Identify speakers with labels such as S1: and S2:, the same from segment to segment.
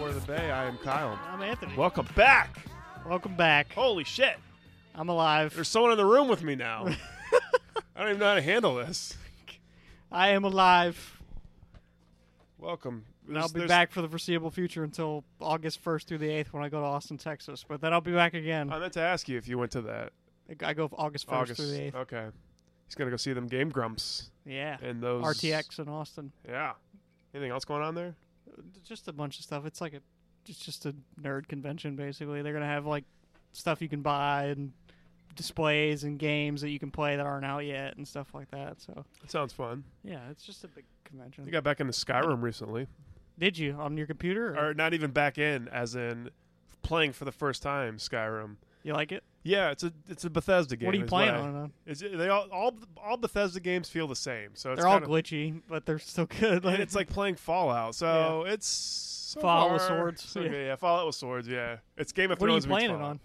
S1: Word of the Bay. I am Kyle.
S2: I'm Anthony.
S1: Welcome back.
S2: Welcome back.
S1: Holy shit.
S2: I'm alive.
S1: Oh. There's someone in the room with me now. I don't even know how to handle this.
S2: I am alive.
S1: Welcome.
S2: And I'll
S1: There's-
S2: be
S1: there's-
S2: back for the foreseeable future until August 1st through the 8th when I go to Austin, Texas. But then I'll be back again.
S1: I meant to ask you if you went to that
S2: I go August 1st
S1: Uh, August.
S2: through the 8th.
S1: Okay. He's going to go see them Game Grumps
S2: Yeah.
S1: and those.
S2: RTX in Austin.
S1: Yeah. Anything else going on there?
S2: Just a bunch of stuff. It's like a it's just a nerd convention basically. They're going to have like stuff you can buy and displays and games that you can play that aren't out yet and stuff like that. So,
S1: That sounds fun.
S2: yeah, it's just a big convention.
S1: You got back into Skyrim recently.
S2: Did you on your computer? Or
S1: Or not even back in, as in playing for the first time Skyrim.
S2: you like it?
S1: Yeah, it's a it's a Bethesda game.
S2: What are you
S1: is
S2: playing
S1: I-
S2: on?
S1: It's, they all, all all Bethesda games feel the same. So it's
S2: they're all
S1: kinda-
S2: glitchy, but they're still good.
S1: and it's like playing Fallout. So it's so
S2: Fallout with
S1: far,
S2: swords,
S1: so
S2: yeah.
S1: good. yeah, Fallout with swords. Yeah, it's Game of
S2: what are you
S1: Thrones. meets
S2: playing it
S1: Fallout.
S2: on?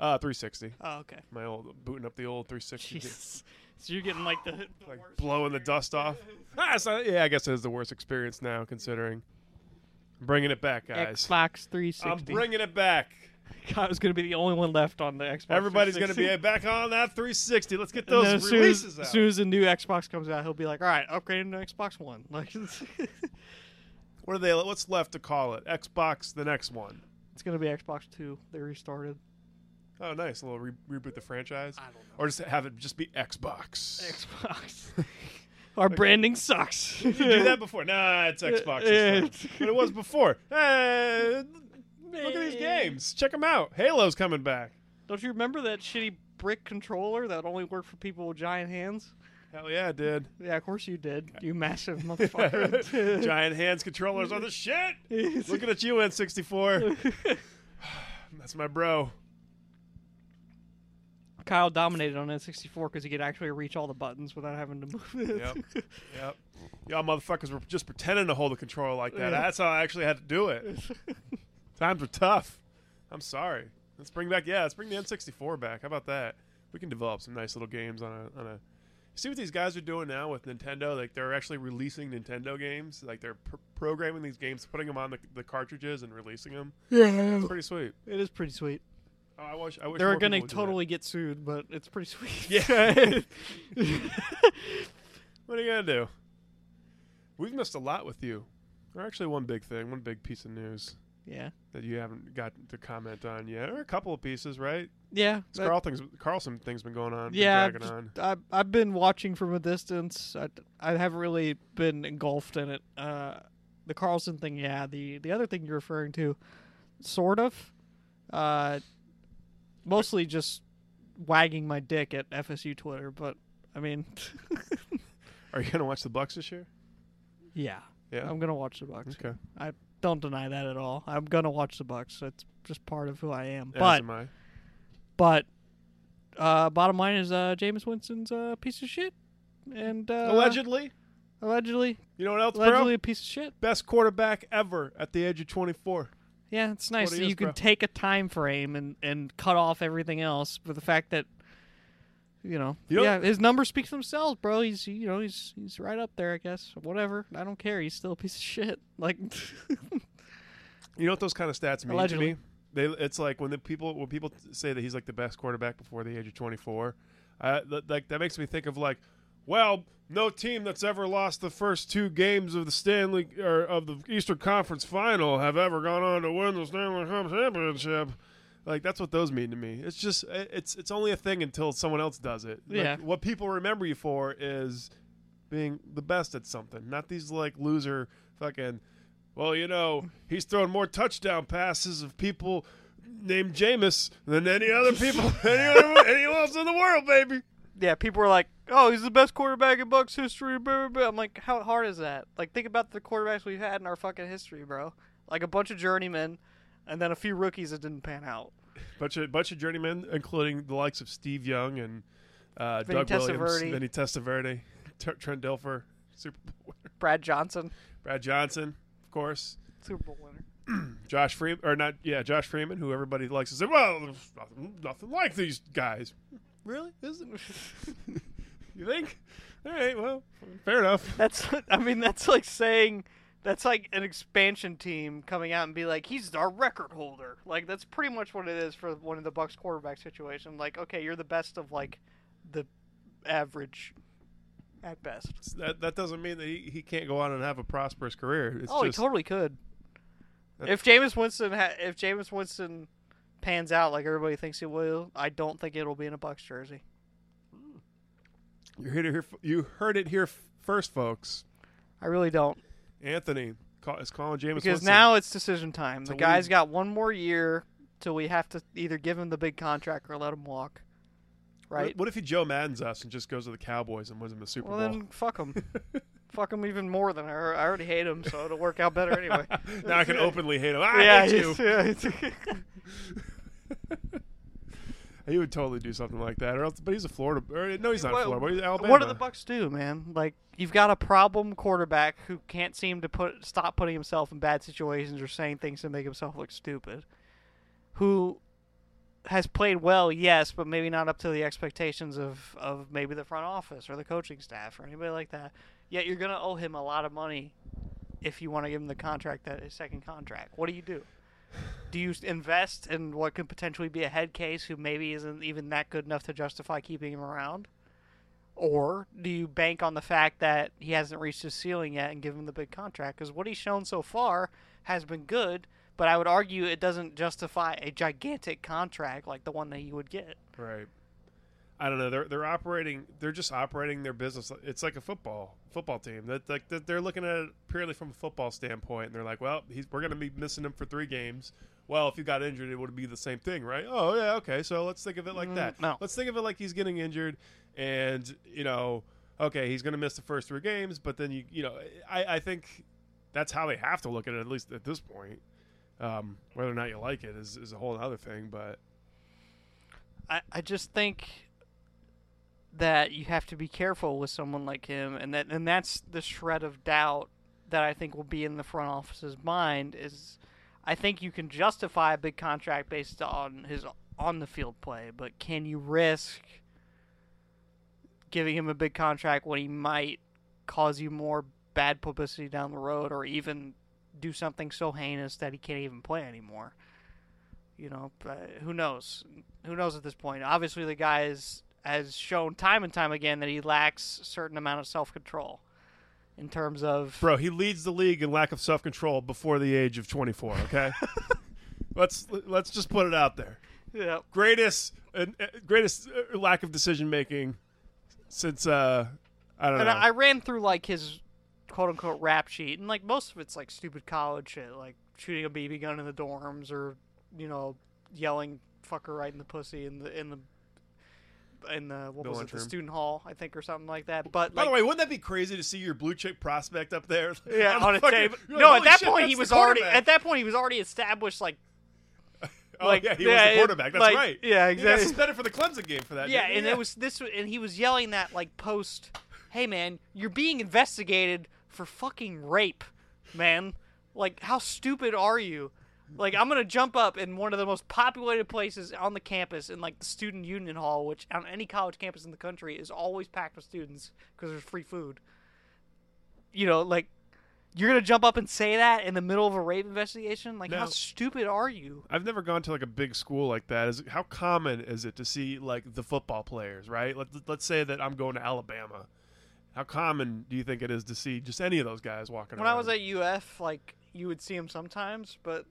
S1: Uh, 360.
S2: Oh, okay.
S1: My old booting up the old 360, game.
S2: Jesus. So you're getting like the, the
S1: like
S2: worst.
S1: blowing the dust off. Ah, it's not- yeah, I guess it is the worst experience now, considering. I'm bringing it back, guys.
S2: Xbox
S1: I'm
S2: 360.
S1: bringing it back.
S2: I was going to be the only one left on the Xbox.
S1: Everybody's going to be
S2: 360.
S1: back on that 360. Let's get
S2: And then
S1: those
S2: as soon as-
S1: releases out.
S2: As soon as the new Xbox comes out, he'll be like, "All right, upgrading to Xbox One." Like, it's,
S1: what are they? What's left to call it? Xbox, the next one.
S2: it's going to be Xbox Two. They restarted.
S1: Oh, nice. A little re- reboot the franchise. I don't know. Or just have it just be Xbox.
S2: Xbox. Our branding sucks.
S1: do that before. Nah, it's Xbox. this
S2: yeah,
S1: time.
S2: it's-
S1: But it was before. Hey, look at these games. Check them out. Halo's coming back.
S2: Don't you remember that shitty brick controller that only worked for people with giant hands?
S1: Hell yeah, dude.
S2: Yeah, of course you did. You massive motherfucker.
S1: Giant hands controllers on the shit. Looking at you, N64. That's my bro.
S2: Kyle dominated on N64 because he could actually reach all the buttons without having to move it.
S1: Yep. Yep. Y'all motherfuckers were just pretending to hold a controller like that. That's how I actually had to do it. Times were tough. I'm sorry. Let's bring back yeah, let's bring the N64 back. How about that? We can develop some nice little games on a on a See what these guys are doing now with Nintendo? Like they're actually releasing Nintendo games. Like they're pr- programming these games, putting them on the, the cartridges and releasing them.
S2: Yeah,
S1: It's pretty sweet.
S2: it is pretty sweet.
S1: Oh, I wish I wish
S2: They're
S1: more
S2: gonna
S1: people would do that.
S2: totally get sued, but it's pretty sweet.
S1: Yeah. what are you gonna do? We've missed a lot with you. Or actually, one big thing, one big piece of news
S2: yeah,
S1: that you haven't got to comment on yet, or a couple of pieces, right?
S2: yeah.
S1: It's
S2: that-
S1: Carl things, Carlson things been going on. been
S2: yeah, I've,
S1: dragging on.
S2: just- I've- I've been watching from a distance. I, I haven't really been engulfed in it. Uh, the Carlson thing, yeah. The the other thing you're referring to, sort of, uh, mostly just wagging my dick at FSU Twitter. But I mean,
S1: Are you gonna watch the Bucks this year?
S2: yeah,
S1: Yeah.
S2: I'm gonna watch the Bucks.
S1: okay.
S2: I don't deny that at all. I'm gonna watch the Bucks. That's just part of who I am.
S1: As
S2: but uh,
S1: am I.
S2: but uh, bottom line is uh, James Winston's a piece of shit. And uh,
S1: Allegedly,
S2: Allegedly.
S1: you know what else,
S2: Allegedly
S1: bro?
S2: a piece of shit.
S1: Best quarterback ever at the age of 24.
S2: Yeah, it's nice
S1: what it
S2: that you
S1: is,
S2: can
S1: bro.
S2: take a time frame and and cut off everything else. But the fact that you know,
S1: You know-
S2: yeah, his numbers speak for themselves, bro. He's you know he's he's right up there, I guess. Whatever, I don't care. He's still a piece of shit. Like,
S1: You know what those kind of stats mean to
S2: Allegedly.
S1: me? They, it's like when the people when people say that he's like the best quarterback before the age of 24. Uh, th- like that makes me think of like, well, no team that's ever lost the first two games of the Stanley or of the Eastern Conference Final have ever gone on to win the Stanley Cup championship. Like that's what those mean to me. It's just it- it's it's only a thing until someone else does it. Like,
S2: Yeah.
S1: What people remember you for is being the best at something, not these like loser fucking. Well, you know, he's thrown more touchdown passes of people named Jameis than any other people, any other, anyone else in the world, baby.
S2: yeah, people were like, "Oh, he's the best quarterback in Bucks history." Blah, blah, blah. I'm like, how hard is that? Like, think about the quarterbacks we've had in our fucking history, bro. Like a bunch of journeymen, and then a few rookies that didn't pan out.
S1: Bunch of bunch of journeymen, including the likes of Steve Young and uh,
S2: Vinny
S1: Doug Williams,
S2: Testaverde.
S1: Vinny Testaverde, T- Trent Dilfer, Super Bowl winner,
S2: Brad Johnson,
S1: Brad Johnson, of course.
S2: Super Bowl winner.
S1: Josh Freeman, or not, yeah, Josh Freeman, who everybody likes to say, well, there's nothing, nothing like these guys. Really? Is it? you think? All right, well, fair enough.
S2: That's I mean that's like saying that's like an expansion team coming out and be like he's our record holder. Like that's pretty much what it is for one of the Bucks quarterback situation. Like okay, you're the best of like the average at best.
S1: That, that doesn't mean that he, he can't go on and have a prosperous career. It's
S2: oh,
S1: just,
S2: he totally could. If Jameis Winston ha- if Jameis Winston pans out like everybody thinks he will, I don't think it'll be in a Bucks jersey.
S1: you heard it here. You heard it here f- first, folks.
S2: I really don't.
S1: Anthony call, is calling James
S2: Because now it's decision time. The
S1: we-
S2: guy's got one more year till we have to either give him the big contract or let him walk. Right?
S1: What, if he Joe Madden's us and just goes to the Cowboys and wins him the Super
S2: well,
S1: Bowl?
S2: then fuck him. fuck him even more than I, I already hate him, so it'll work out better anyway.
S1: now I can openly hate him. Ah, I
S2: yeah,
S1: hate you.
S2: he's- yeah, he's-
S1: He would totally do something like that. Or else, but he's a Florida. Or, no, he's not
S2: What-
S1: Florida. But he's Alabama.
S2: What do the Bucks do, man? Like you've got a problem quarterback who can't seem to put stop putting himself in bad situations or saying things to make himself look stupid. Who has played well, yes, but maybe not up to the expectations of, of maybe the front office or the coaching staff or anybody like that. Yet you're gonna owe him a lot of money if you want to give him the contract that his second contract. What do you do? Do you invest in what could potentially be a head case who maybe isn't even that good enough to justify keeping him around? Or do you bank on the fact that he hasn't reached his ceiling yet and give him the big contract? Because what he's shown so far has been good, but I would argue it doesn't justify a gigantic contract like the one that he would get.
S1: Right. I don't know. They're they're operating. They're just operating their business. It's like a football football team. That like that they're looking at it purely from a football standpoint. And they're like, well, he's, we're going to be missing him for three games. Well, if he got injured, it would be the same thing, right? Oh yeah, okay. So let's think of it like that.
S2: no.
S1: Let's think of it like he's getting injured, and you know, okay, he's going to miss the first three games. But then you you know, I I think that's how they have to look at it at least at this point. Um, whether or not you like it is, is a whole other thing, but
S2: I, I just think that you have to be careful with someone like him and that and that's the shred of doubt that I think will be in the front office's mind is I think you can justify a big contract based on his on the field play, but can you risk giving him a big contract when he might cause you more bad publicity down the road or even do something so heinous that he can't even play anymore? you know, but who knows? Who knows at this point? Obviously, the guy is, has shown time and time again that he lacks certain amount of self control in terms of.
S1: Bro, he leads the league in lack of self control before the age of 24. Okay, let's let's just put it out there.
S2: Yeah,
S1: Greatest uh, uh, greatest uh, lack of decision making since uh, I don't
S2: and
S1: know.
S2: I, I ran through like his quote unquote rap sheet, and like most of it's like stupid college shit, like shooting a BB gun in the dorms, or you know, yelling "fucker" right in the pussy in the in the in the what
S1: The
S2: was it,
S1: lunchroom.
S2: the student hall, I think, or something like that. But
S1: By
S2: like,
S1: the way, wouldn't that be crazy to see your blue chip prospect up there?
S2: Yeah, on
S1: the
S2: a
S1: fucking-
S2: table.
S1: you're like,
S2: no,
S1: "Holy
S2: at that
S1: shit,
S2: point
S1: that's
S2: he
S1: the
S2: was already
S1: quarterback."
S2: at that point he was already established. Like,
S1: Oh,
S2: like,
S1: yeah, he
S2: yeah,
S1: was the
S2: it-
S1: quarterback. That's
S2: like,
S1: right.
S2: yeah,
S1: He got
S2: exactly.
S1: suspended for the Clemson game for that.
S2: yeah,
S1: didn't he?
S2: and it was this, and he was yelling that like post, "Hey man, you're being investigated for fucking rape, man. Like, how stupid are you? Like I'm gonna jump up in one of the most populated places on the campus, in like the student union hall, which on any college campus in the country is always packed with students because there's free food. You know, like you're gonna jump up and say that in the middle of a rape investigation? Like how
S1: No.
S2: stupid are you?
S1: I've never gone to like a big school like that. Is how common is it to see like the football players, right? Let, let's say that I'm going to Alabama. How common do you think it is to see just any of those guys walking
S2: When
S1: around?
S2: I was at UF, like you would see them sometimes, but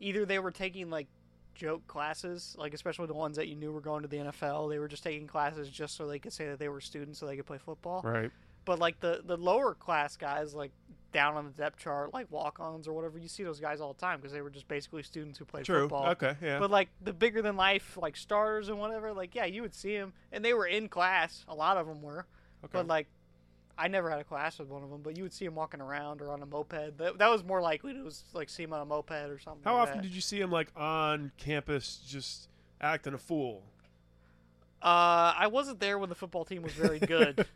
S2: either they were taking like joke classes, like especially the ones that you knew were going to the NFL, they were just taking classes just so they could say that they were students so they could play football.
S1: right,
S2: But like the the lower class guys, like down on the depth chart, like walk-ons or whatever, you see those guys all the time because they were just basically students who played
S1: true,
S2: football.
S1: okay, yeah.
S2: But like the bigger than life, like starters and whatever, like yeah, you would see them, and they were in class. A lot of them were, but
S1: Okay.
S2: like I never had a class with one of them. But you would see them walking around or on a moped. That, that was more likely to was like see them on a moped or something.
S1: How
S2: like
S1: often
S2: that.
S1: did you see him like on campus just acting a fool?
S2: Uh, I wasn't there when the football team was very good.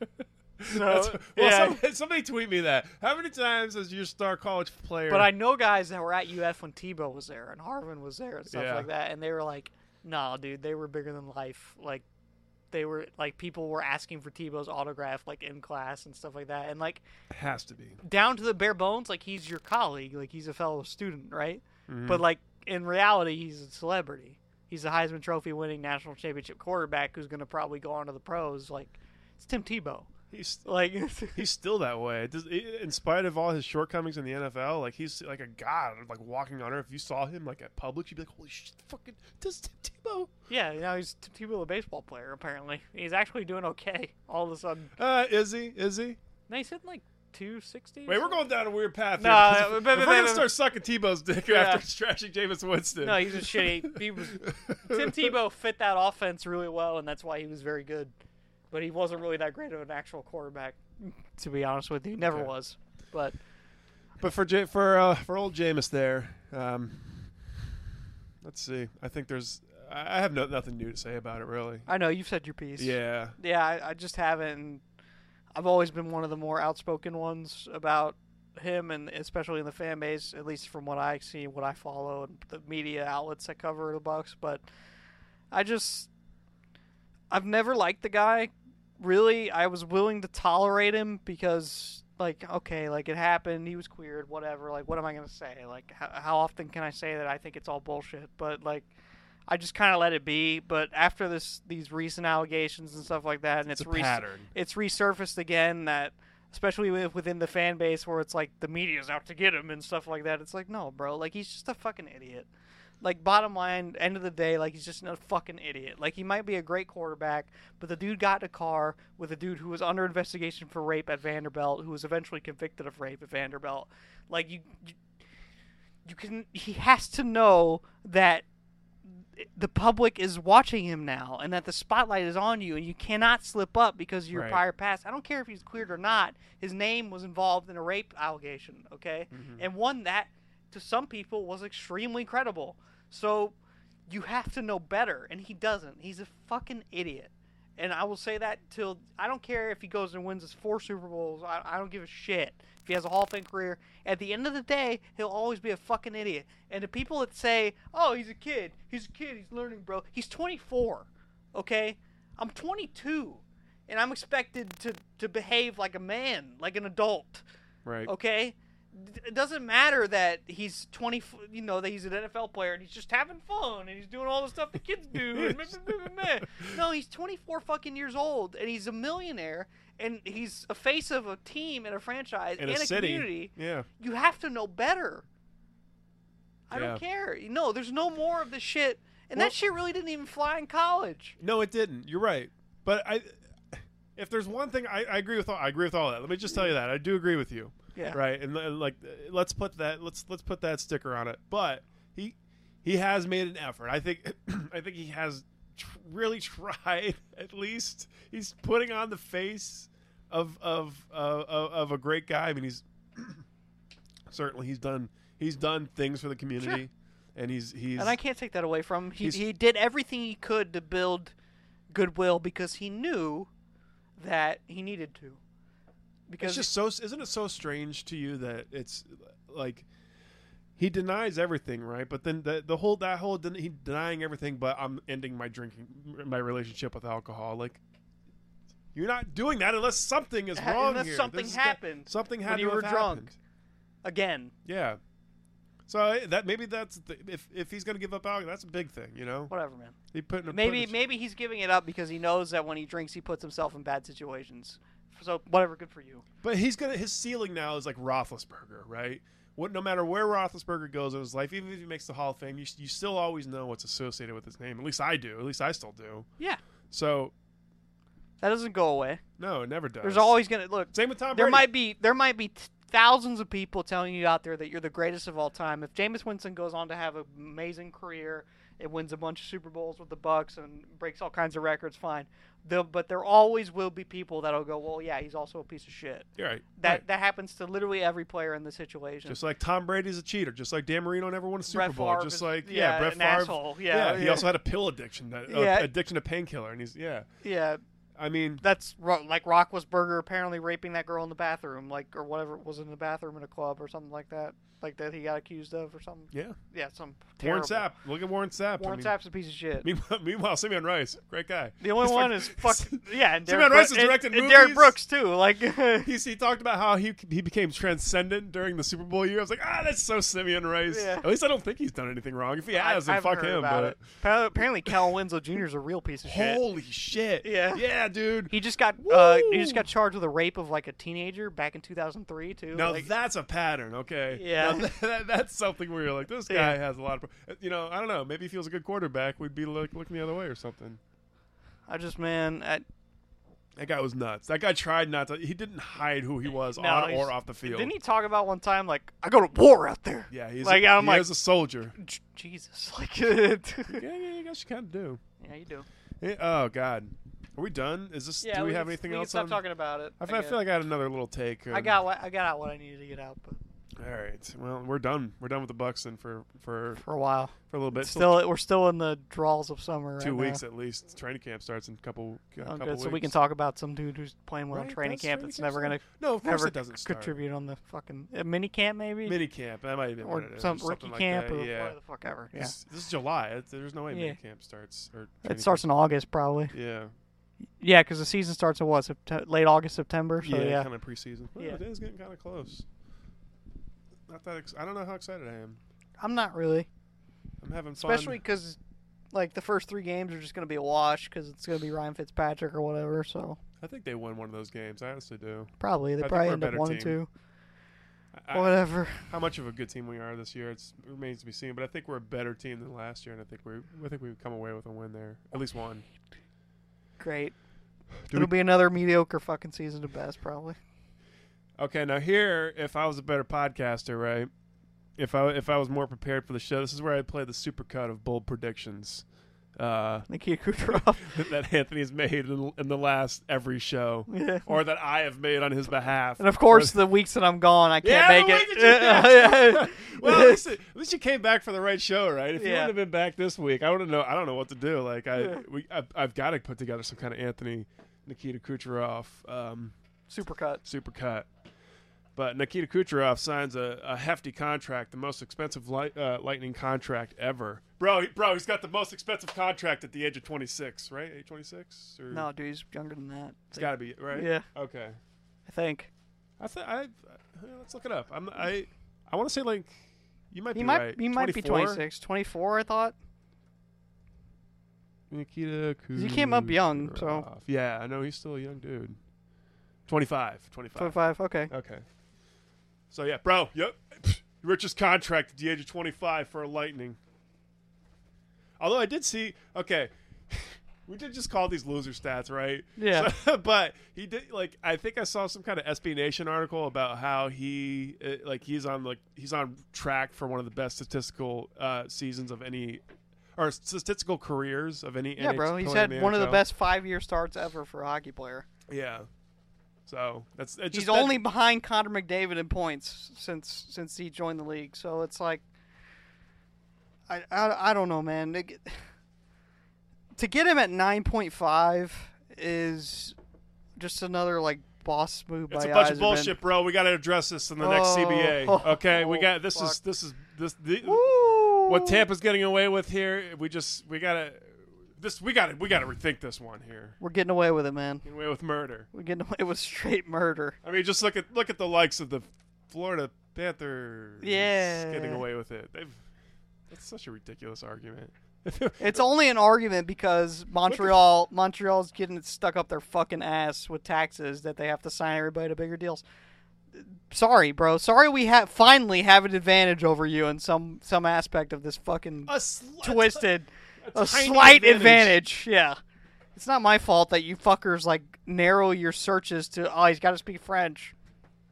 S2: so
S1: That's- well,
S2: Oh, yeah.
S1: some- somebody tweet me that. How many times has your star college player?
S2: But I know guys that were at UF when Tebow was there and Harvin was there and stuff
S1: Yeah.
S2: like that, and they were like, "Nah, dude, they were bigger than life." Like, they were like people were asking for Tebow's autograph like in class and stuff like that, and like
S1: has to be.
S2: down to the bare bones, like he's your colleague, like he's a fellow student, right? But like in reality, he's a celebrity. He's a Heisman Trophy winning national championship quarterback who's going to probably go on to the pros. Like, it's Tim Tebow.
S1: He's
S2: Like,
S1: he's still that way. It does- it- in spite of all his shortcomings in the NFL, like he's like a god, like walking on earth. If you saw him like at Publix, you'd be like, "Holy shit, fucking this is Tim Tebow!"
S2: yeah, now he's Tim Tebow, a baseball player. Apparently, he's actually doing okay. All of a sudden,
S1: Uh, is he? Is he?
S2: No, he's hitting like 260.
S1: Wait, we're going down a weird path.
S2: No,
S1: here.
S2: no,
S1: if
S2: but-
S1: we're
S2: but-
S1: gonna
S2: but-
S1: start sucking Tebow's dick
S2: Yeah.
S1: after trashing Jameis Winston.
S2: No, he's a shitty. He was, Tim Tebow fit that offense really well, and that's why he was very good. But he wasn't really that great of an actual quarterback, to be honest with you. He never
S1: Okay.
S2: was. But
S1: But for J- for uh, for old Jameis there, um, let's see. I think there's. I I have no, nothing new to say about it really.
S2: I know you've said your piece.
S1: Yeah,
S2: Yeah, I, I just haven't. and I've always been one of the more outspoken ones about him, and especially in the fan base, at least from what I see, what I follow, and the media outlets that cover the Bucks. But I just, I've never liked the guy. Really, I was willing to tolerate him because, like, okay, like it happened. He was queered, whatever. Like, what am I gonna say? Like, how, how often can I say that I think it's all bullshit? But like. I just kind of let it be, but after this, these recent allegations and stuff like that, and it's,
S1: It's a
S2: rec-
S1: pattern.
S2: it's resurfaced again that especially with, within the fan base where it's like the media's out to get him and stuff like that it's like no bro like he's just a fucking idiot like bottom line end of the day like he's just a fucking idiot like he might be a great quarterback but the dude got in a car with a dude who was under investigation for rape at vanderbilt who was eventually convicted of rape at vanderbilt like you you, you can he has to know that the public is watching him now and that the spotlight is on you and you cannot slip up because of your
S1: Right.
S2: prior past. I don't care if he's queered or not. His name was involved in a rape allegation, okay? And one that to some people was extremely credible. So you have to know better and he doesn't. He's a fucking idiot. And I will say that till I don't care if he goes and wins his four Super Bowls. I, I don't give a shit if he has a Hall of Fame career. At the end of the day, he'll always be a fucking idiot. And the people that say, "Oh, he's a kid. He's a kid. He's learning, bro. He's 24. Okay, I'm 22, and I'm expected to to behave like a man, like an adult."
S1: right.
S2: Okay, D- it doesn't matter that he's twenty. f- You know that he's an NFL player and he's just having fun and he's doing all the stuff the kids do. and meh, meh, meh, meh, meh. No, he's twenty four fucking years old and he's a millionaire and he's a face of a team and a franchise
S1: In
S2: and
S1: a city.
S2: community.
S1: Yeah.
S2: You have to know better. I don't
S1: Yeah.
S2: care. No, there's no more of this shit. And
S1: Well-
S2: that shit really didn't even fly in college.
S1: No, it didn't. You're right. But I, if there's one thing I, I agree with, all, I agree with all that. Let me just tell you that I do agree with you.
S2: Yeah.
S1: Right. And, and like, let's put that let's let's put that sticker on it. But he he has made an effort. I think I think he has tr- really tried. At least he's putting on the face of of of, of, of a great guy. I mean, he's certainly he's done he's done things for the community. And he's he's
S2: and I can't take that away from him. He,
S1: he's-
S2: he did everything he could to build goodwill because he knew that he needed to. Because
S1: It's just so. Isn't it so strange to you that it's like he denies everything, right? But then the, the whole that whole den- he denying everything, but I'm ending my drinking, my relationship with alcohol. Like, you're not doing that unless something is
S2: Ha-
S1: wrong.
S2: unless
S1: here.
S2: something
S1: This is-
S2: happened
S1: something
S2: when
S1: had
S2: you
S1: to
S2: were
S1: have
S2: drunk.
S1: happened.
S2: Again,
S1: Yeah. So I- that maybe that's the, if if he's gonna give up alcohol, that's a big thing, you know.
S2: whatever, man.
S1: He put in a
S2: Maybe
S1: put in a-
S2: maybe he's giving it up because he knows that when he drinks, he puts himself in bad situations. So whatever, good for you.
S1: But he's gonna his ceiling now is like Roethlisberger, right? What no matter where Roethlisberger goes in his life, even if he makes the Hall of Fame, you, you still always know what's associated with his name. At least I do. At least I still do.
S2: Yeah,
S1: So
S2: that doesn't go away.
S1: no, it never does.
S2: There's always gonna look.
S1: same with Tom
S2: There
S1: Brady.
S2: might be there might be t- thousands of people telling you out there that you're the greatest of all time. If Jameis Winston goes on to have an amazing career, it wins a bunch of Super Bowls with the Bucks and breaks all kinds of records, fine. Though, but there always will be people that'll go, well, yeah, he's also a piece of shit.
S1: You're right.
S2: That
S1: right.
S2: that happens to literally every player in the situation.
S1: just like Tom Brady's a cheater, just like Dan Marino never won a Super
S2: Brett
S1: Bowl,
S2: Favre
S1: just
S2: is-
S1: like
S2: yeah,
S1: Brett
S2: an
S1: Favre.
S2: asshole. Yeah,
S1: he
S2: yeah.
S1: also had a pill addiction, that, uh,
S2: Yeah.
S1: addiction to painkiller, and he's yeah.
S2: yeah,
S1: I mean,
S2: that's ro- like Roethlisberger apparently raping that girl in the bathroom, like or whatever was in the bathroom in a club or something like that, like that he got accused of or something.
S1: yeah.
S2: Yeah, some
S1: Warren
S2: terrible.
S1: Sapp, look at Warren Sapp.
S2: Warren
S1: I mean,
S2: Sapp's a piece of shit.
S1: Meanwhile, meanwhile, Simeon Rice, great guy.
S2: The only
S1: He's
S2: one
S1: fucking-
S2: is fuck. Yeah, and
S1: Simeon
S2: Derek,
S1: Rice
S2: Bro-
S1: has directed
S2: and, and Derek
S1: movies.
S2: Brooks too. Like, yeah,
S1: He's, he talked about how he he became transcendent during the Super Bowl year. I was like, ah, that's so Simeon Rice.
S2: Yeah.
S1: At least I don't think he's done anything wrong. If he has,
S2: I,
S1: then
S2: I've
S1: fuck
S2: heard
S1: him.
S2: About
S1: But
S2: it. Appa- Apparently, Cal Winslow Jr. is a real piece of shit.
S1: holy shit!
S2: Yeah.
S1: yeah, dude.
S2: He just got uh,
S1: Woo!
S2: he just got charged with a rape of like a teenager back in 2003 too.
S1: Now
S2: like,
S1: that's a pattern, okay? Now
S2: Yeah.
S1: that, that's something where you're like, this guy
S2: Yeah.
S1: has a lot of, you know, I don't know. Maybe if he was a good quarterback, we'd be like looking the other way or something.
S2: I just man, I,
S1: That guy was nuts. That guy tried not to. He didn't hide who he was
S2: no,
S1: on
S2: he's-
S1: or off the field.
S2: Didn't he talk about one time like I go to war out there?
S1: Yeah, he's
S2: like
S1: a,
S2: I'm
S1: he
S2: like
S1: is a soldier.
S2: "J- Jesus, like yeah,
S1: yeah, yeah, I guess you kind of do.
S2: you do.
S1: Eh, Oh God, are we done? Is this? do we, have anything else?
S2: Stop
S1: on?
S2: talking about it.
S1: I, fe- I feel like I had another little take.
S2: I
S1: um,
S2: got what I got out what I needed to get out, but
S1: All right. Well, we're done. We're done with the Bucks then for for
S2: for a while.
S1: for a little bit.
S2: Still, we're still in the draws of summer.
S1: two
S2: right
S1: weeks
S2: Now.
S1: at least. Training camp starts in a couple. A
S2: Oh,
S1: couple
S2: good.
S1: Weeks.
S2: So we can talk about some dude who's playing well in
S1: Right,
S2: training
S1: that's
S2: camp
S1: training
S2: that's
S1: camp
S2: never
S1: start.
S2: gonna
S1: No, of course
S2: never
S1: it doesn't start.
S2: contribute on the fucking uh, mini camp maybe
S1: Mini camp. That might have been
S2: or
S1: what it is,
S2: some
S1: something
S2: rookie
S1: like
S2: camp
S1: that,
S2: or
S1: yeah.
S2: whatever the fuck ever. Yeah,
S1: This, this is July. It, there's no way
S2: Yeah.
S1: mini camp starts. Or
S2: it
S1: training
S2: starts in August probably.
S1: camp. Yeah.
S2: Yeah, because the season starts in what Sept- late August September. So
S1: yeah.
S2: yeah,
S1: Kind of preseason. Well,
S2: Yeah.
S1: It is getting kind of close. Not that. Ex- I don't know how excited I am.
S2: I'm not really.
S1: I'm having fun.
S2: especially because like the first three games are just going to be a wash because it's going to be Ryan Fitzpatrick or whatever. So
S1: I think they won one of those games. I honestly do.
S2: probably they
S1: I think
S2: probably
S1: we're a
S2: end up
S1: better
S2: one and
S1: team.
S2: two,
S1: I- I-
S2: whatever.
S1: how much of a good team we are this year it's, it remains to be seen. But I think we're a better team than last year, and I think we I think we've come away with a win there, at least one.
S2: Great.
S1: Do
S2: It'll
S1: we-
S2: be another mediocre fucking season to best probably.
S1: Okay, now here, if I was a better podcaster, right? If I if I was more prepared for the show, this is where I play the supercut of bold predictions uh,
S2: Nikita Kucherov.
S1: that Anthony's made in, in the last every show,
S2: yeah.
S1: or that I have made on his behalf,
S2: And of course, the weeks that I'm gone, I
S1: Yeah,
S2: can't make
S1: the
S2: it.
S1: week that you- well, at
S2: Yeah.
S1: least, at least you came back for the right show, right? If you
S2: Yeah.
S1: wouldn't have been back this week, I wouldn't know. I don't know what to do. Like I, we, I I've got to put together some kind of Anthony Nikita Kucherov um,
S2: Supercut.
S1: supercut. But Nikita Kucherov signs a, a hefty contract, the most expensive li- uh, Lightning contract ever. Bro, he, bro, he's got the most expensive contract at the age of 26, right? Age 26? Or
S2: No, dude, he's younger than that.
S1: it's got to be right.
S2: Yeah.
S1: Okay.
S2: I think
S1: I th- I uh, let's look it up. I'm I I want to say like you might
S2: he
S1: be
S2: might
S1: right.
S2: he might be 26, 24. I thought.
S1: Nikita Kucherov.
S2: He came up young, so-
S1: yeah, I know he's still a young dude. 25, 25.
S2: 25. Okay.
S1: Okay. So yeah, bro. Yep. Richest contract at the age of 25 for a Lightning. Although I did see, okay, we did just call these loser stats, right?
S2: Yeah.
S1: So- but he did like I think I saw some kind of SB Nation article about how he uh, like he's on like he's on track for one of the best statistical uh, seasons of any or statistical careers of any.
S2: Yeah,
S1: NH
S2: bro. He's
S1: player in
S2: had one of the
S1: NHL.
S2: best five-year starts ever for a hockey player.
S1: Yeah. So that's it's
S2: He's
S1: just that-
S2: only behind Connor McDavid in points since since he joined the league. So it's like, I I, I don't know, man. To get- To get him at nine point five is just another like boss move
S1: It's
S2: by
S1: a bunch
S2: Eisenman.
S1: of bullshit, bro. We got to address this in the next
S2: Oh,
S1: CBA. Okay, we got this
S2: fuck.
S1: is this is this the,
S2: Woo!
S1: what Tampa's getting away with here. We just we got to this we got to we got to rethink this one here.
S2: We're getting away with it, man.
S1: Getting away with murder.
S2: We're getting away with straight murder.
S1: I mean, just look at look at the likes of the Florida Panthers
S2: Yeah.
S1: getting away with it. They've that's such a ridiculous argument.
S2: It's only an argument because Montreal Montreal's getting it stuck up their fucking ass with taxes that they have to sign everybody to bigger deals. Sorry, bro. Sorry we have finally have an advantage over you in some some aspect of this fucking
S1: a sli-
S2: twisted a,
S1: a tiny
S2: slight advantage.
S1: advantage.
S2: Yeah. It's not my fault that you fuckers like narrow your searches to oh he's got to speak French.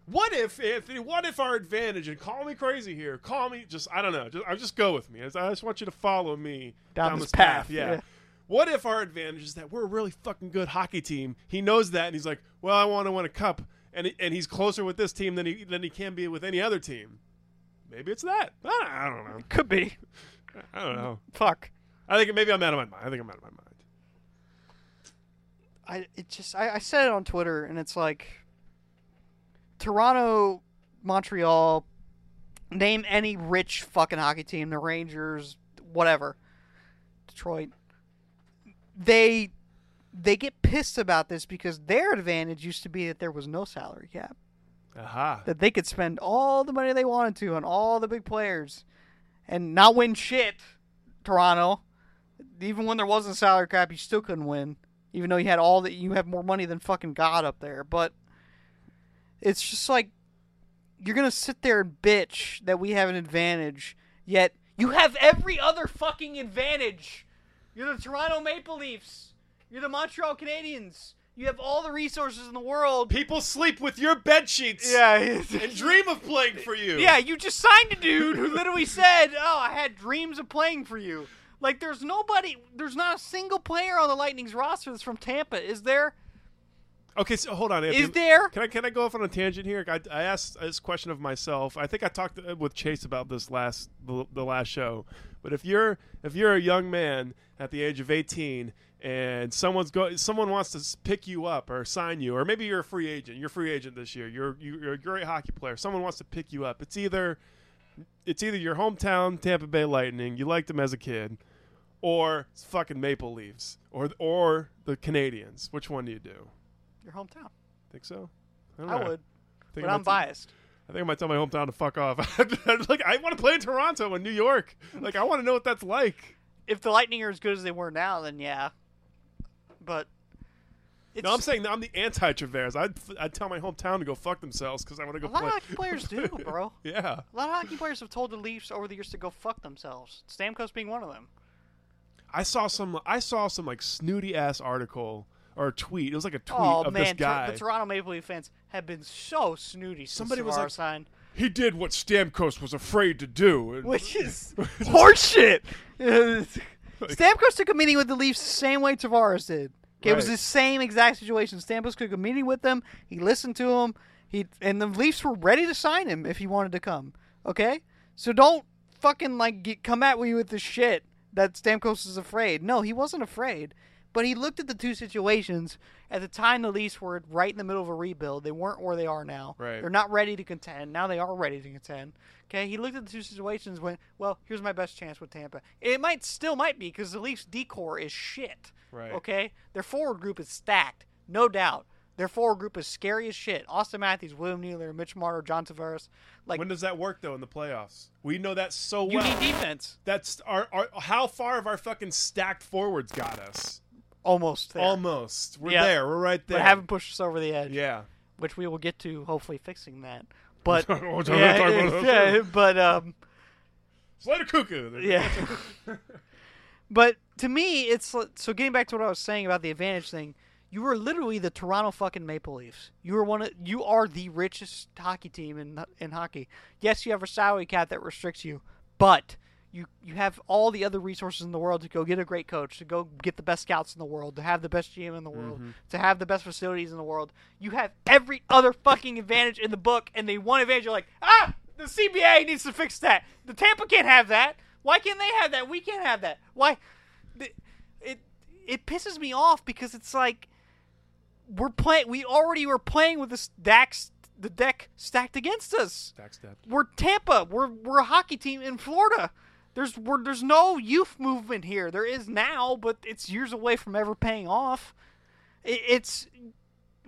S1: What if if what if our advantage and call me crazy here? Call me just I don't know. Just I just go with me. I just- I just want you to follow me
S2: Down
S1: down,
S2: this
S1: this
S2: path,
S1: path. Yeah.
S2: yeah.
S1: What if our advantage is that we're a really fucking good hockey team? He knows that, and he's like, "Well, I want to win a cup," and and he's closer with this team than he than he can be with any other team. Maybe it's that. I don't, I don't know.
S2: Could be.
S1: I don't know.
S2: Fuck.
S1: I think maybe I'm out of my mind. I think I'm out of my mind.
S2: I it just I, I said it on Twitter and it's like Toronto, Montreal, name any rich fucking hockey team, the Rangers, whatever. Detroit. They they get pissed about this because their advantage used to be that there was no salary cap.
S1: Aha.
S2: That they could spend all the money they wanted to on all the big players and not win shit, Toronto. Even when there wasn't a salary cap, you still couldn't win. Even though you had all that, you have more money than fucking God up there. But it's just like you're gonna sit there and bitch that we have an advantage, yet you have every other fucking advantage. You're the Toronto Maple Leafs. You're the Montreal Canadiens. You have all the resources in the world.
S1: People sleep with your bed sheets.
S2: Yeah.
S1: And dream of playing for you.
S2: Yeah, you just signed a dude who literally said, "Oh, I had dreams of playing for you." Like, there's nobody, there's not a single player on the Lightning's roster that's from Tampa, is there?
S1: Okay, so hold on. Anthony.
S2: Is there?
S1: Can I can I go off on a tangent here? I, I asked this question of myself. I think I talked uh, with Chase about this last the, the last show. But if you're if you're a young man at the age of 18 and someone's go someone wants to s- pick you up or sign you, or maybe you're a free agent. You're a free agent this year. You're you- you're a great hockey player. Someone wants to pick you up. It's either it's either your hometown Tampa Bay Lightning. You liked them as a kid. Or it's fucking Maple Leaves, or or the Canadians. Which one do you do?
S2: Your hometown.
S1: Think so? don't
S2: I
S1: know.
S2: would,
S1: Think
S2: but
S1: I
S2: I'm
S1: might-
S2: biased.
S1: I think I might tell my hometown to fuck off. like I want to play in Toronto and New York. Like I want to know what that's like.
S2: If the Lightning are as good as they were now, then yeah. But it's
S1: No, I'm saying that I'm the anti-Travers. I'd, I'd tell my hometown to go fuck themselves because I want to go
S2: a lot
S1: play.
S2: of hockey players do, bro.
S1: Yeah,
S2: A lot of hockey players have told the Leafs over the years to go fuck themselves. Stamkos being one of them.
S1: I saw some. I saw some like snooty ass article or tweet. It was like a tweet
S2: oh
S1: of
S2: man,
S1: this
S2: Tor-
S1: guy.
S2: the Toronto Maple Leaf fans have been so snooty. Since
S1: Somebody was like-
S2: Sverigeson.
S1: he did what Stamkos was afraid to do. And-
S2: which is horseshit. Stamkos took a meeting with the Leafs the same way Tavares did. It was
S1: Right.
S2: the same exact situation. Stamkos took a meeting with them. He listened to him. He and the Leafs were ready to sign him if he wanted to come. Okay, so don't fucking like get, come at me with the shit that Stamkos is afraid. No, he wasn't afraid. But he looked at the two situations. At the time, the Leafs were right in the middle of a rebuild. They weren't where they are now.
S1: Right.
S2: They're not ready to contend. Now they are ready to contend. Okay. He looked at the two situations. Went well. Here's my best chance with Tampa. It might still might be because the Leafs' decor is shit.
S1: Right.
S2: Okay. Their forward group is stacked, no doubt. Their forward group is scary as shit. Austin Matthews, William Nealer, Mitch Marner, John Tavares. Like
S1: when does that work though in the playoffs? We know that so
S2: you
S1: well.
S2: need defense.
S1: that's our, our how far have our fucking stacked forwards got us?
S2: Almost there.
S1: Almost. We're
S2: Yeah.
S1: there. We're right there.
S2: But haven't pushed us over the edge.
S1: yeah.
S2: which we will get to hopefully fixing that. But
S1: We're talking
S2: yeah,
S1: about that
S2: yeah,
S1: too.
S2: but um,
S1: Slater Cuckoo.
S2: yeah. but to me, it's li- so getting back to what I was saying about the advantage thing. You were literally the Toronto fucking Maple Leafs. You were one of you are the richest hockey team in in hockey. Yes, you have a salary cap that restricts you, but you you have all the other resources in the world to go get a great coach, to go get the best scouts in the world, to have the best GM in the world, to have the best facilities in the world. You have every other fucking advantage in the book, and the one advantage you're like, ah, the CBA needs to fix that. The Tampa can't have that. Why can't they have that? We can't have that. Why? th- It it pisses me off because it's like we're playing. We already were playing with this Dax, the deck stacked against us.
S1: Stack stepped.
S2: We're Tampa. We're we're a hockey team in Florida. There's we're, there's no youth movement here. There is now, but it's years away from ever paying off. It, it's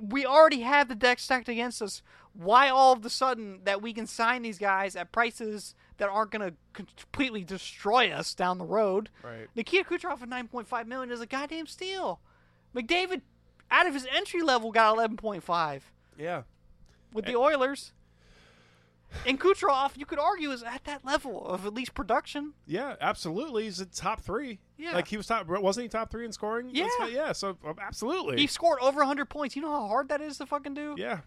S2: we already have the deck stacked against us. Why all of a sudden that we can sign these guys at prices that aren't going to completely destroy us down the road?
S1: Right.
S2: Nikita Kucherov at 9.5 million is a goddamn steal. McDavid, out of his entry level, got 11.5
S1: Yeah.
S2: with
S1: Eh.
S2: the Oilers. And Kucherov, you could argue, is at that level of at least production.
S1: Yeah, absolutely. He's in top three.
S2: Yeah.
S1: Like he was top, wasn't he top three in scoring?
S2: Yeah.
S1: That's- yeah. So um, absolutely.
S2: He scored over 100 points. You know how hard that is to fucking do?
S1: yeah.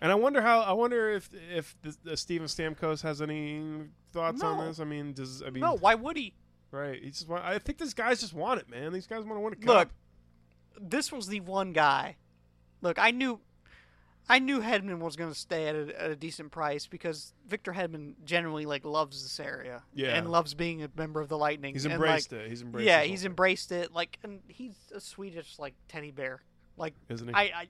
S1: And I wonder how. I wonder if if the, the Steven Stamkos has any thoughts on
S2: No.
S1: this. I mean, does I mean
S2: No, why would he?
S1: right? He just want, I think these guys just want it, man. These guys want to win a cup.
S2: Look, this was the one guy. Look, I knew, I knew Hedman was going to stay at a, at a decent price because Victor Hedman generally like loves this area,
S1: Yeah.
S2: and loves being a member of the Lightning.
S1: He's
S2: and,
S1: embraced
S2: like,
S1: it. He's embraced
S2: Yeah,
S1: this
S2: he's
S1: whole thing.
S2: embraced it. Like, and he's a Swedish like teddy bear. Like,
S1: Isn't he?
S2: I, I,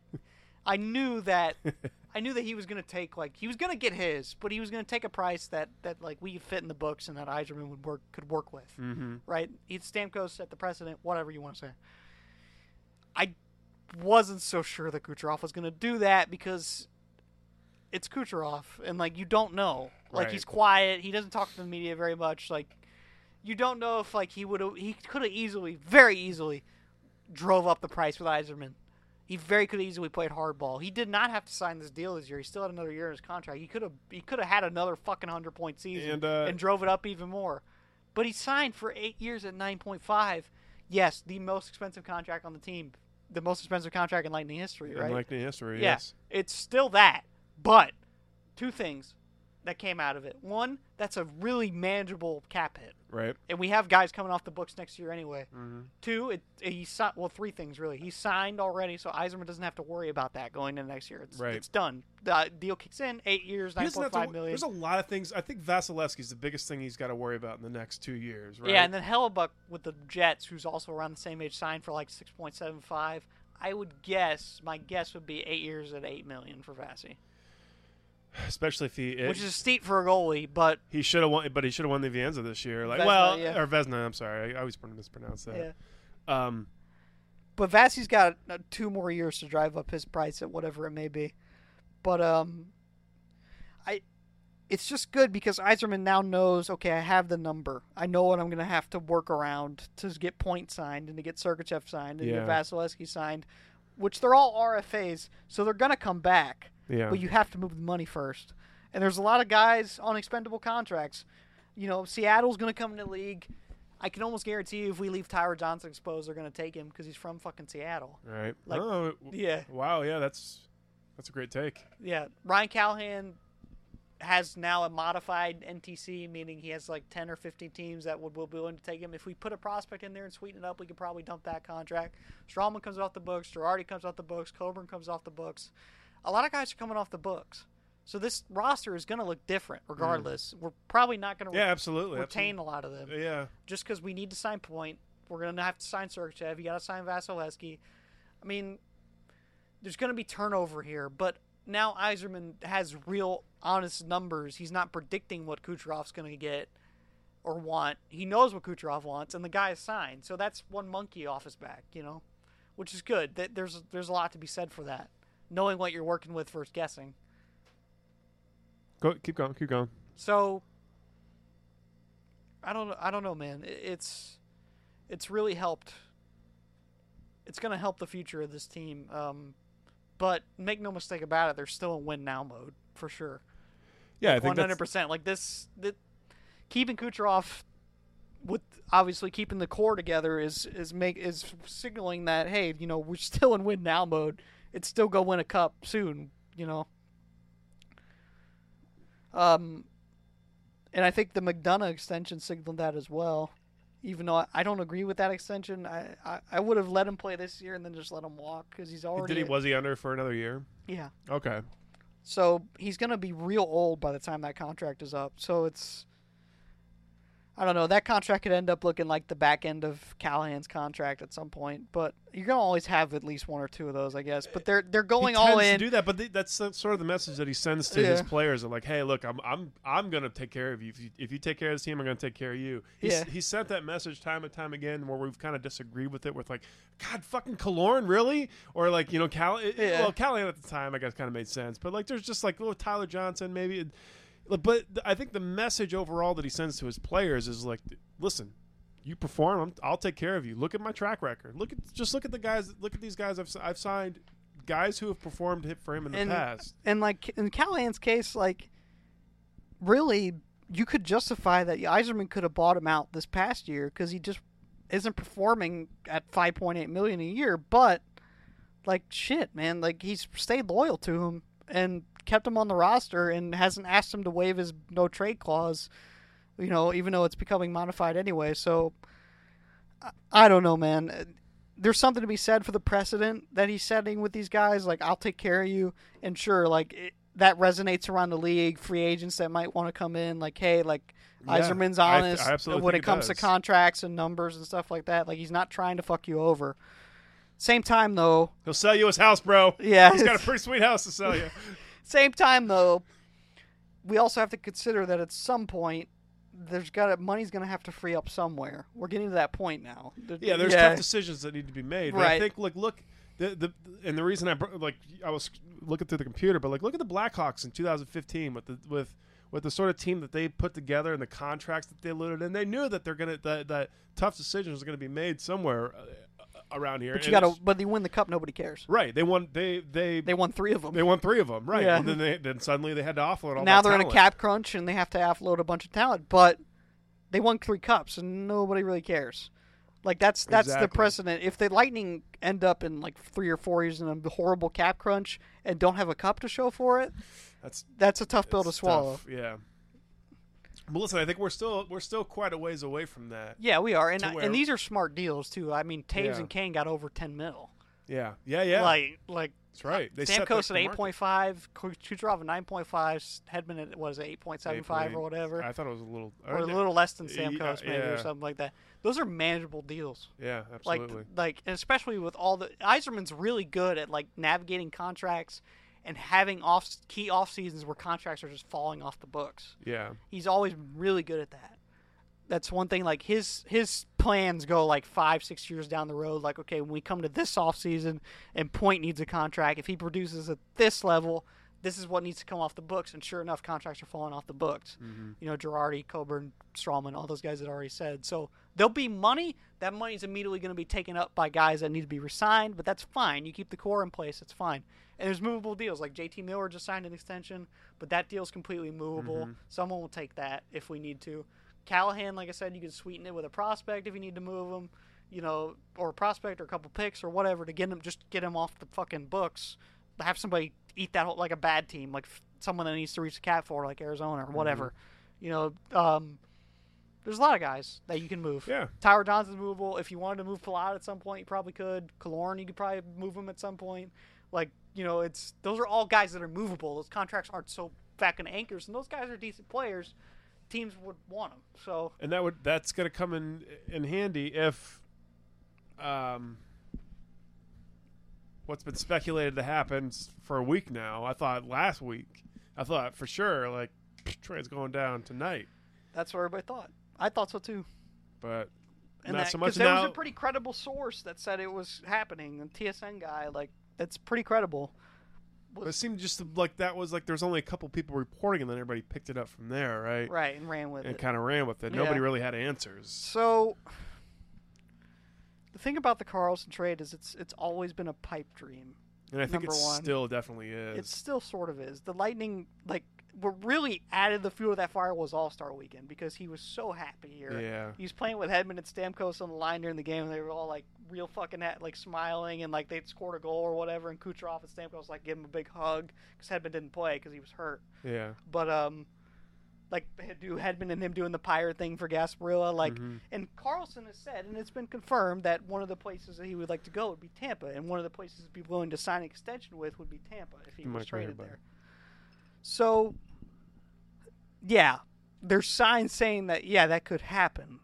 S2: I knew that. I knew that he was going to take like he was going to get his, but he was going to take a price that that like we could fit in the books and that Eiserman would work could work with
S1: mm-hmm.
S2: right? It's Stamkos at the precedent, whatever you want to say. I wasn't so sure that Kucherov was going to do that because it's Kucherov, and like you don't know, like
S1: Right.
S2: he's quiet, he doesn't talk to the media very much, like you don't know if like he would have, he could have easily, very easily, drove up the price with Eiserman. He very could have easily played hardball. He did not have to sign this deal this year. He still had another year in his contract. He could have he could have had another fucking hundred point season
S1: And, uh,
S2: drove it up even more. But he signed for eight years at nine point five. Yes, the most expensive contract on the team, the most expensive contract in Lightning history, right?
S1: In like the history.
S2: Yeah,
S1: Yes.
S2: It's still that, but two things that came out of it. One, that's a really manageable cap hit.
S1: Right.
S2: And we have guys coming off the books next year anyway.
S1: Mm-hmm.
S2: Two, it, he signed. Well, three things really. He signed already, so Eiserman doesn't have to worry about that going into next year. It's,
S1: Right.
S2: it's done. The deal kicks in. Eight years,
S1: He
S2: nine
S1: doesn't
S2: point
S1: have to,
S2: five million.
S1: There's a lot of things. I think Vasilevsky's the biggest thing he's got to worry about in the next two years, right?
S2: Yeah, and then Hellebuck with the Jets, who's also around the same age, signed for like six point seven five. I would guess my guess would be eight years at eight million for Vassy,
S1: especially if he
S2: which is steep for a goalie, but
S1: He should have won, but he should have won the Vienza this year. Like,
S2: Vesna,
S1: well,
S2: yeah.
S1: or Vesna. I'm sorry, I always pron- mispronounce
S2: yeah.
S1: that. Um,
S2: But Vassy's got uh, two more years to drive up his price at whatever it may be. But um, I, it's just good because Eiserman now knows. Okay, I have the number. I know what I'm gonna have to work around to get Point signed and to get Sergachev signed and to get
S1: Yeah.
S2: Vasilevsky signed, which they're all RFAs, so they're gonna come back.
S1: Yeah.
S2: But you have to move the money first. And there's a lot of guys on expendable contracts. You know, Seattle's going to come into the league. I can almost guarantee you if we leave Tyler Johnson exposed, they're going to take him because he's from fucking Seattle.
S1: all right.
S2: Like,
S1: oh, w-
S2: yeah.
S1: Wow. Yeah, that's that's a great take.
S2: Yeah. Ryan Callahan has now a modified NTC, meaning he has like 10 or 15 teams that would will be willing to take him. If we put a prospect in there and sweeten it up, we could probably dump that contract. Strawman comes off the books. Girardi comes off the books. Coburn comes off the books. A lot of guys are coming off the books. So this roster is going to look different regardless. We're probably not going to
S1: Mm. Yeah, absolutely.
S2: retain a lot of them
S1: absolutely. Yeah.
S2: just because we need to sign point. We're gonna have to sign Sergachev. You gotta sign Vasilevsky. I mean, there's gonna be turnover here, but now Eiserman has real, honest numbers. He's not predicting what Kucherov's gonna get or want. He knows what Kucherov wants, and the guy is signed. So that's one monkey off his back, you know, which is good. That there's there's a lot to be said for that, knowing what you're working with versus guessing.
S1: Go. Keep going. Keep going.
S2: So I don't I don't know, man. I- It's it's really helped. It's going to help the future of this team. Um, but make no mistake about it, they're still in win now mode for sure.
S1: Yeah, I think
S2: One
S1: that's.
S2: hundred percent. Like this, that keeping Kucherov with obviously keeping the core together is is make is signaling that hey, you know, we're still in win now mode. It's still go win a cup soon, you know. Um, and I think the McDonough extension signaled that as well. Even though I, I don't agree with that extension, I, I, I would have let him play this year and then just let him walk because he's already
S1: Did he was he under for another year?
S2: yeah.
S1: Okay.
S2: So he's going to be real old by the time that contract is up. So it's I don't know. That contract could end up looking like the back end of Callahan's contract at some point, but you're gonna always have at least one or two of those, I guess. But they're they're going
S1: he
S2: all
S1: tends
S2: in.
S1: to do that, but th- that's the- sort of the message that he sends to his
S2: Yeah.
S1: players. Are like, hey, look, I'm I'm I'm gonna take care of you. If you, if you take care of this team, I'm gonna take care of you. He's,
S2: Yeah.
S1: He sent that message time and time again, where we've kind of disagreed with it. With like, God, fucking Kalorn, really? Or like, you know, Cal. it-
S2: Yeah.
S1: Well, Callahan at the time, I guess, kind of made sense. But like, there's just like little Tyler Johnson, maybe. and- But th- I think the message overall that he sends to his players is like, listen, you perform, I'm, I'll take care of you. Look at my track record. Look at just look at the guys. Look at these guys I've, I've signed, guys who have performed hit for him in the
S2: And-
S1: past.
S2: and like in Callahan's case, like really, you could justify that Eiserman could have bought him out this past year because he just isn't performing at 5.8 million a year. But like shit, man, like he's stayed loyal to him and kept him on the roster and hasn't asked him to waive his no trade clause. You know, even though it's becoming modified anyway. So I, I don't know, man there's something to be said for the precedent that he's setting with these guys. Like, I'll take care of you, and sure, like it, that resonates around the league. Free agents that might want to come in, like, hey, like
S1: Yeah,
S2: Iserman's
S1: I th-
S2: honest
S1: I absolutely
S2: when
S1: think
S2: it
S1: it
S2: comes to
S1: does.
S2: contracts and numbers and stuff like that. Like, he's not trying to fuck you over. Same time though,
S1: He'll sell you his house, bro.
S2: Yeah.
S1: he's got a pretty sweet house to sell you.
S2: same time though, we also have to consider that at some point. There's got to, money's going to have to free up somewhere. We're getting to that point now.
S1: Yeah, there's tough decisions that need to be made. But I
S2: Right.
S1: think like look the, the and the reason I br- like I was looking through the computer, but like look at the Blackhawks in 2015 with the with with the sort of team that they put together and the contracts that they loaded, and they knew that they're gonna that, that tough decisions are gonna be made somewhere uh, around here.
S2: But you
S1: And
S2: got
S1: it's-
S2: to, but you win the cup, nobody cares.
S1: right. They won. They they
S2: They won three of them.
S1: they won three of them. Right.
S2: Yeah.
S1: And then they then suddenly they had to offload all.
S2: now
S1: that
S2: they're in a
S1: talent.
S2: cap crunch and they have to offload a bunch of talent, but they won three cups and nobody really cares. Like that's that's the
S1: Exactly.
S2: precedent. If the Lightning end up in like three or four years in a horrible cap crunch and don't have a cup to show for it,
S1: That's
S2: that's a tough pill to
S1: it's
S2: swallow.
S1: tough, Yeah. But listen, I think we're still we're still quite a ways away from that.
S2: Yeah, we are, and
S1: To
S2: I-
S1: where-
S2: and these are smart deals too. I mean, Taves
S1: Yeah.
S2: and Kane got over ten mil.
S1: Yeah. Yeah. Yeah.
S2: Like like
S1: That's right. They set
S2: Stamkos
S1: the-
S2: at
S1: the
S2: eight
S1: market.
S2: point five, Kucherov at nine point five, Hedman at what is it eight point seven five or
S1: 8.8.
S2: whatever,
S1: I thought it was a little. uh,
S2: or a little less than
S1: Yeah,
S2: Stamkos maybe or
S1: yeah.
S2: something like that. Those are manageable deals.
S1: Yeah,
S2: like
S1: absolutely.
S2: like and especially with all the Iserman's really good at like navigating contracts and having off key off seasons where contracts are just falling off the books.
S1: yeah.
S2: He's always been really good at that. That's one thing. Like his his plans go like five six years down the road. Like okay, when we come to this off season and Point needs a contract, if he produces at this level. This is what needs to come off the books, and sure enough, contracts are falling off the books. You know, Girardi, Coburn, Strawman, all those guys had already said. So there'll be money. That money's immediately going to be taken up by guys that need to be resigned, but that's fine. You keep the core in place, it's fine. And there's movable deals. Like JT Miller just signed an extension, but that deal's completely movable. Someone will take that if we need to. Callahan, like I said, you can sweeten it with a prospect if you need to move him, you know, or a prospect or a couple picks or whatever to get him, just get him off the fucking books. Have somebody eat that whole, like a bad team, like f- someone that needs to reach the cap for, like Arizona or whatever. You know, um, there's a lot of guys that you can move.
S1: Yeah.
S2: Tyler Johnson's movable. If you wanted to move Pilat at some point, you probably could. Kalorn, you could probably move him at some point. Like, you know, it's those are all guys that are movable. Those contracts aren't so back in anchors, and those guys are decent players. Teams would want them. So
S1: And that would that's going to come in in handy if, um, what's been speculated to happen s- for a week now. I thought last week. I thought for sure like Trey's going down tonight,
S2: that's what everybody thought. I thought so too.
S1: but
S2: And
S1: not
S2: that,
S1: so much
S2: 'cause there
S1: now.
S2: was a pretty credible source that said it was happening. The TSN guy, like, that's pretty credible.
S1: but it seemed just like that was like there's only a couple people reporting, and then everybody picked it up from there, right?
S2: Right, and ran with
S1: And
S2: it.
S1: kind of ran with it. Nobody
S2: Yeah.
S1: really had answers.
S2: So the thing about the Carlson trade is it's it's always been a pipe dream.
S1: And I think it
S2: Number one.
S1: still definitely is.
S2: It still sort of is. The Lightning, like, what really added the fuel to that fire was All Star Weekend because he was so happy here.
S1: Yeah.
S2: He was playing with Hedman and Stamkos on the line during the game, and they were all like real fucking ha- like smiling, and like they'd scored a goal or whatever, and Kucherov and Stamkos like gave him a big hug because Hedman didn't play because he was hurt.
S1: yeah.
S2: But um, like do Hedman and him doing the pirate thing for Gasparilla, like, and Carlson has said, and it's been confirmed that one of the places that he would like to go would be Tampa, and one of the places he'd be willing to sign an extension with would be Tampa if he
S1: Might
S2: was
S1: be
S2: traded
S1: everybody.
S2: there. So, yeah, there's signs saying that yeah that could happen,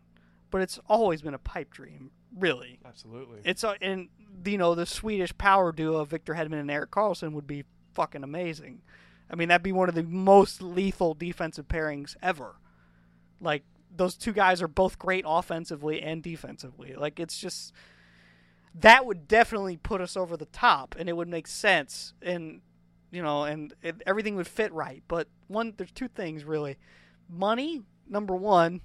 S2: but it's always been a pipe dream, really.
S1: Absolutely.
S2: It's a, and you know the Swedish power duo of Victor Hedman and Eric Carlson would be fucking amazing. I mean that'd be one of the most lethal defensive pairings ever. Like those two guys are both great offensively and defensively. Like it's just that would definitely put us over the top and it would make sense and you know and it, everything would fit right. But one there's two things really. Money number 1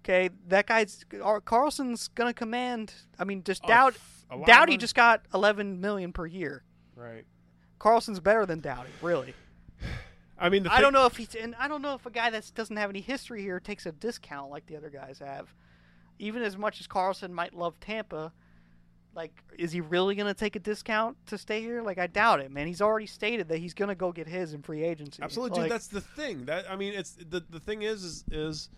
S2: Okay, that guy's Ar- Carlson's gonna command. I mean, just Dowd.
S1: f- a lot of
S2: Dowdy
S1: money.
S2: just got 11 million per year.
S1: right.
S2: Carlson's better than Dowdy, really.
S1: I mean, the
S2: I
S1: thing-
S2: don't know if he's and I don't know if a guy that doesn't have any history here takes a discount like the other guys have. Even as much as Carlson might love Tampa, like is he really going to take a discount to stay here? Like I doubt it, man. He's already stated that he's going to go get his in free agency.
S1: Absolutely,
S2: Like,
S1: dude. That's the thing. That I mean, it's the the thing is is is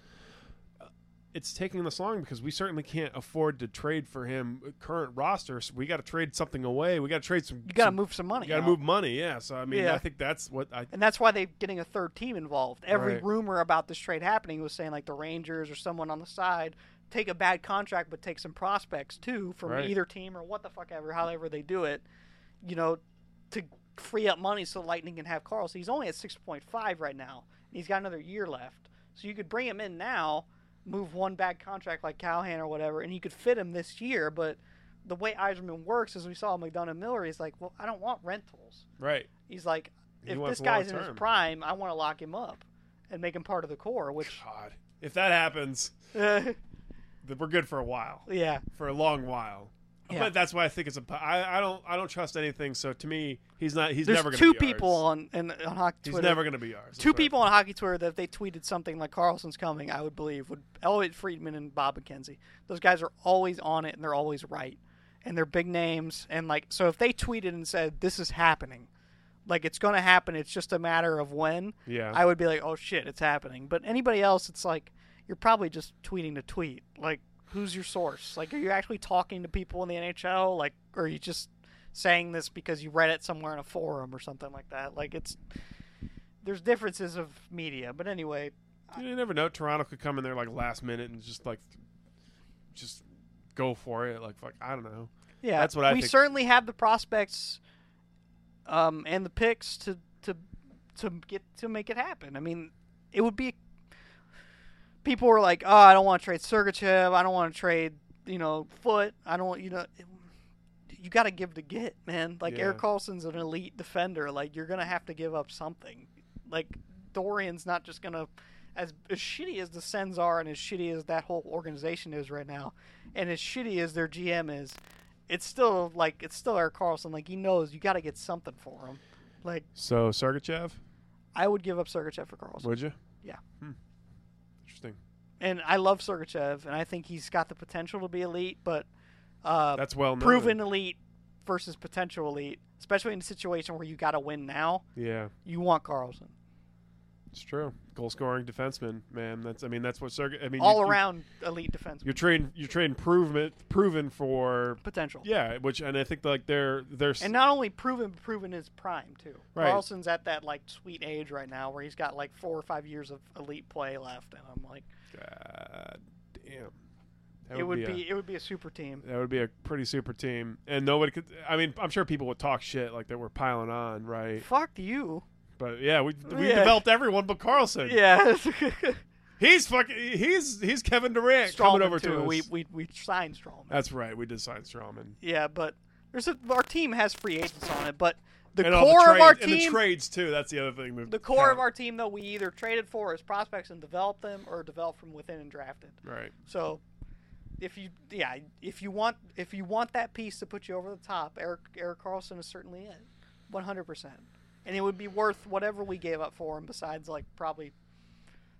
S1: uh, it's taking this long because we certainly can't afford to trade for him uh, current roster. So we got to trade something away. We got to trade some.
S2: you got to move some money.
S1: You got to
S2: out.
S1: move money. Yeah. So I mean,
S2: Yeah.
S1: I think that's what I.
S2: And that's why they're getting a third team involved. Every
S1: Right.
S2: rumor about this trade happening was saying like the Rangers or someone on the side take a bad contract but take some prospects too from
S1: Right.
S2: either team or what the fuck ever, however they do it, you know, to free up money so Lightning can have Carlson. He's only at six point five right now. And he's got another year left. So you could bring him in now, move one bad contract like Callahan or whatever, and you could fit him this year, but the way Eiserman works, as we saw with McDonough Miller, he's like, Well, I don't want rentals.
S1: Right.
S2: He's like,
S1: He
S2: if
S1: wants
S2: this guy's in
S1: long-term.
S2: his prime, I want to lock him up and make him part of the core. Which,
S1: God, if that happens,
S2: uh,
S1: then we're good for a while.
S2: yeah,
S1: for a long while.
S2: Yeah.
S1: But that's why I think it's a. I, I don't. I don't trust anything. So to me, he's not. He's
S2: there's
S1: never. Gonna
S2: two
S1: be
S2: people
S1: Ours.
S2: on and on hockey
S1: He's
S2: Twitter.
S1: never going to be ours.
S2: two
S1: That's right.
S2: people on hockey Twitter that if they tweeted something like Carlson's coming, I would believe would Elliot Friedman and Bob McKenzie. Those guys are always on it and they're always right, and they're big names. And like, so if they tweeted and said this is happening, like it's going to happen, it's just a matter of when.
S1: Yeah.
S2: I would be like, oh shit, it's happening. But anybody else, it's like you're probably just tweeting to tweet. Like, who's your source? Like, are you actually talking to people in the NHL? Like, or are you just saying this because you read it somewhere in a forum or something like that? Like, it's there's differences of media. But anyway,
S1: You never know. Toronto could come in there like last minute and just like, just go for it. Like fuck, I don't know.
S2: yeah,
S1: That's what I
S2: We
S1: think.
S2: certainly have the prospects, um, and the picks to to to get to make it happen. I mean, it would be. People were like, "Oh, I don't want to trade Sergachev. I don't want to trade, you know, Foot. I don't want, you know." You got to give to get, man. Like
S1: Yeah.
S2: Eric Carlson's an elite defender. Like you're gonna have to give up something. Like Dorian's not just gonna, as as shitty as the Sens are, and as shitty as that whole organization is right now, and as shitty as their GM is, it's still like it's still Eric Carlson. Like he knows you got to get something for him. Like
S1: So Sergachev,
S2: I would give up Sergachev for Carlson.
S1: would you?
S2: Yeah.
S1: Hmm. Interesting.
S2: And I love Sergachev, and I think he's got the potential to be elite, but uh,
S1: That's well known.
S2: proven elite versus potential elite, especially in a situation where you got to win now,
S1: Yeah,
S2: you want Carlson.
S1: it's true. Goal scoring defenseman, man. That's. I mean, that's what Sergachev. I mean,
S2: All
S1: you- you-
S2: around elite defense
S1: You're trading. You're trading proven proven for.
S2: potential.
S1: Yeah, which and I think like they're they're
S2: And not only proven, but proven is prime too.
S1: Right.
S2: Carlson's at that like sweet age right now where he's got like four or five years of elite play left, and I'm like,
S1: God damn. That
S2: it would
S1: a-
S2: be it would be a super team.
S1: That would be a pretty super team, and nobody could. I mean, I'm sure people would talk shit like that we're piling on, right?
S2: Fuck you.
S1: But yeah, we we
S2: Yeah.
S1: developed everyone but Carlson.
S2: Yeah.
S1: he's fucking. He's he's Kevin Durant coming over to us.
S2: We we we signed Strawman.
S1: That's right. We did sign Strawman.
S2: yeah, but there's a, our team has free agents on it, but the
S1: and all
S2: core
S1: the
S2: of our
S1: trades- and
S2: team,
S1: the trades too. That's the other thing. that
S2: the core
S1: count.
S2: of our team though, we either traded for as prospects and developed them, or developed from within and drafted.
S1: right.
S2: So if you yeah if you want if you want that piece to put you over the top, Eric Eric Carlson is certainly it, 100. percent And it would be worth whatever we gave up for him. Besides, like probably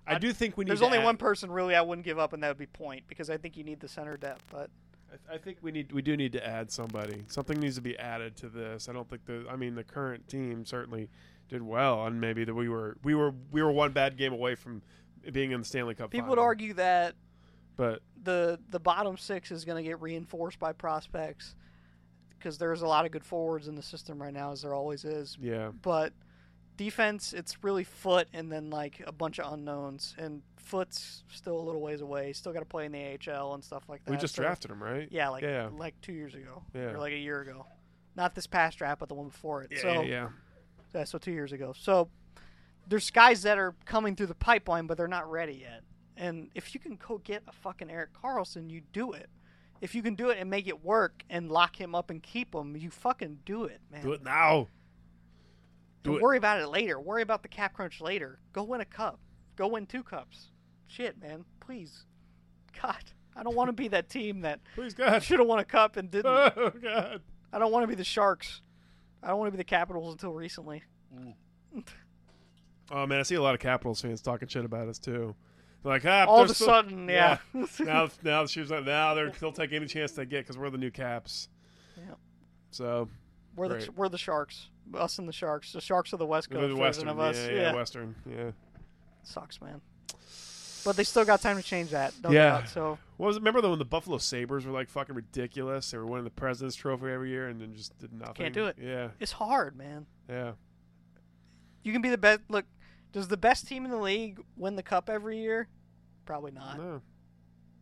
S1: I do think we need.
S2: there's
S1: to
S2: only
S1: add-
S2: one person really I wouldn't give up, and that would be Point because I think you need the center depth. But
S1: I, I think we need. We do need to add somebody. Something needs to be added to this. I don't think the. I mean, the current team certainly did well, and maybe that we were we were we were one bad game away from being in the Stanley Cup.
S2: people would
S1: final.
S2: argue that
S1: but
S2: the the bottom six is going to get reinforced by prospects because there's a lot of good forwards in the system right now, as there always is.
S1: yeah,
S2: But Defense, it's really foot and then like a bunch of unknowns. And foot's still a little ways away. Still got to play in the AHL and stuff like that.
S1: We just
S2: so-
S1: drafted him, right?
S2: Yeah, like
S1: yeah,
S2: like two years ago
S1: Yeah.
S2: or like a year ago, not this past draft, but the one before it.
S1: yeah,
S2: so
S1: yeah.
S2: yeah, so two years ago. So there's guys that are coming through the pipeline, but they're not ready yet. And if you can go get a fucking Eric Carlson, you do it. If you can do it and make it work and lock him up and keep him, you fucking do it, man.
S1: Do it now. do
S2: Don't
S1: it.
S2: worry about it later. Worry about the cap crunch later. Go win a cup. Go win two cups. Shit, man. Please. God, I don't want to be that team that
S1: Please God.
S2: should have won a cup and didn't.
S1: Oh God.
S2: I don't want to be the Sharks. I don't want to be the Capitals until recently.
S1: Oh man, I see a lot of Capitals fans talking shit about us too. They're like, ah,
S2: All
S1: they're
S2: of a
S1: still-
S2: sudden, yeah.
S1: now, now the shoes. are- Now they're, they'll take any chance they get because we're the new Caps.
S2: Yeah.
S1: So
S2: We're the
S1: Right.
S2: we're the Sharks. Us and the Sharks. The Sharks are the West
S1: they're the
S2: Coast version
S1: Western
S2: of us.
S1: Yeah, yeah, Western. Yeah.
S2: sucks, man. But they still got time to change that. No
S1: Yeah.
S2: doubt. So
S1: What was it? Remember when the Buffalo Sabers were like fucking ridiculous? They were winning the President's Trophy every year and then just did nothing.
S2: do it.
S1: Yeah,
S2: it's hard, man.
S1: yeah.
S2: You can be the best. Look, does the best team in the league win the cup every year? Probably not.
S1: No.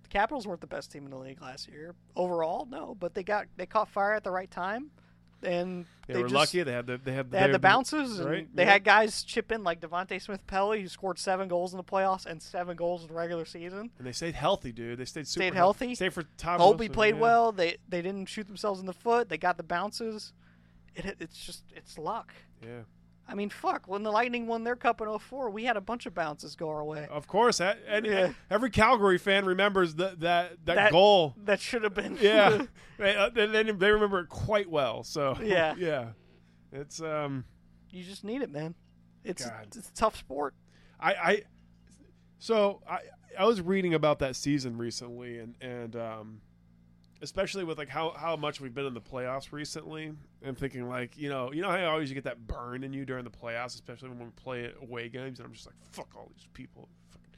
S2: The Capitals weren't the best team in the league last year overall. No, but they got they caught fire at the right time, and
S1: They,
S2: they
S1: were
S2: just-
S1: lucky. They had the they had
S2: They had
S1: their-
S2: the bounces, and
S1: right?
S2: they
S1: Yeah.
S2: had guys chip in like Devonte Smith Pelly, who scored seven goals in the playoffs and seven goals in the regular season.
S1: and they stayed healthy, dude. They stayed super
S2: Stayed healthy.
S1: Stayed for Tom.
S2: Obi
S1: Wilson,
S2: played
S1: yeah.
S2: well. They they didn't shoot themselves in the foot. They got the bounces. It, it's just it's luck.
S1: Yeah.
S2: I mean, fuck. When the Lightning won their cup in 04, we had a bunch of bounces go our way.
S1: Of course, that- and
S2: Yeah.
S1: every Calgary fan remembers that that that,
S2: That-
S1: goal.
S2: That should have been.
S1: Yeah, they, uh, they, they they remember it quite well. So
S2: Yeah.
S1: yeah. It's um,
S2: you just need it, man. It's
S1: God.
S2: it's a tough sport.
S1: I I, so I I was reading about that season recently, and and um, especially with like how how much we've been in the playoffs recently, and thinking like you know you know how always you get that burn in you during the playoffs, especially when we play away games, and I'm just like fuck all these people, fucking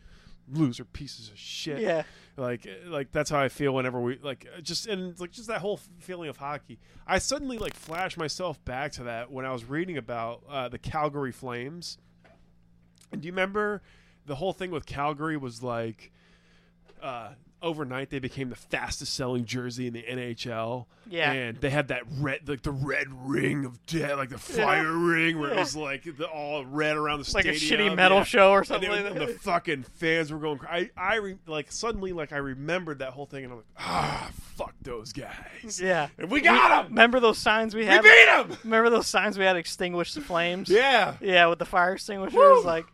S1: loser pieces of shit.
S2: Yeah.
S1: like like that's how I feel whenever we like uh, just and it's like just that whole f- feeling of hockey. I suddenly like flash myself back to that when I was reading about uh, the Calgary Flames. And do you remember the whole thing with Calgary was like uh, overnight they became the fastest selling jersey in the NHL.
S2: Yeah.
S1: and they had that red like the red ring of death, like the fire ring where it was like the, all red around the
S2: Like a
S1: stadium.
S2: shitty metal show or
S1: And they
S2: something
S1: were-
S2: like
S1: and the fucking fans were going. cra- I I re, like suddenly like I remembered that whole thing and I'm like ah fuck those guys.
S2: Yeah.
S1: And we got them.
S2: Remember those signs we
S1: We
S2: had?
S1: beat them.
S2: Remember those signs we had? Extinguish the flames.
S1: Yeah.
S2: Yeah, with the fire extinguishers,
S1: Woo!
S2: like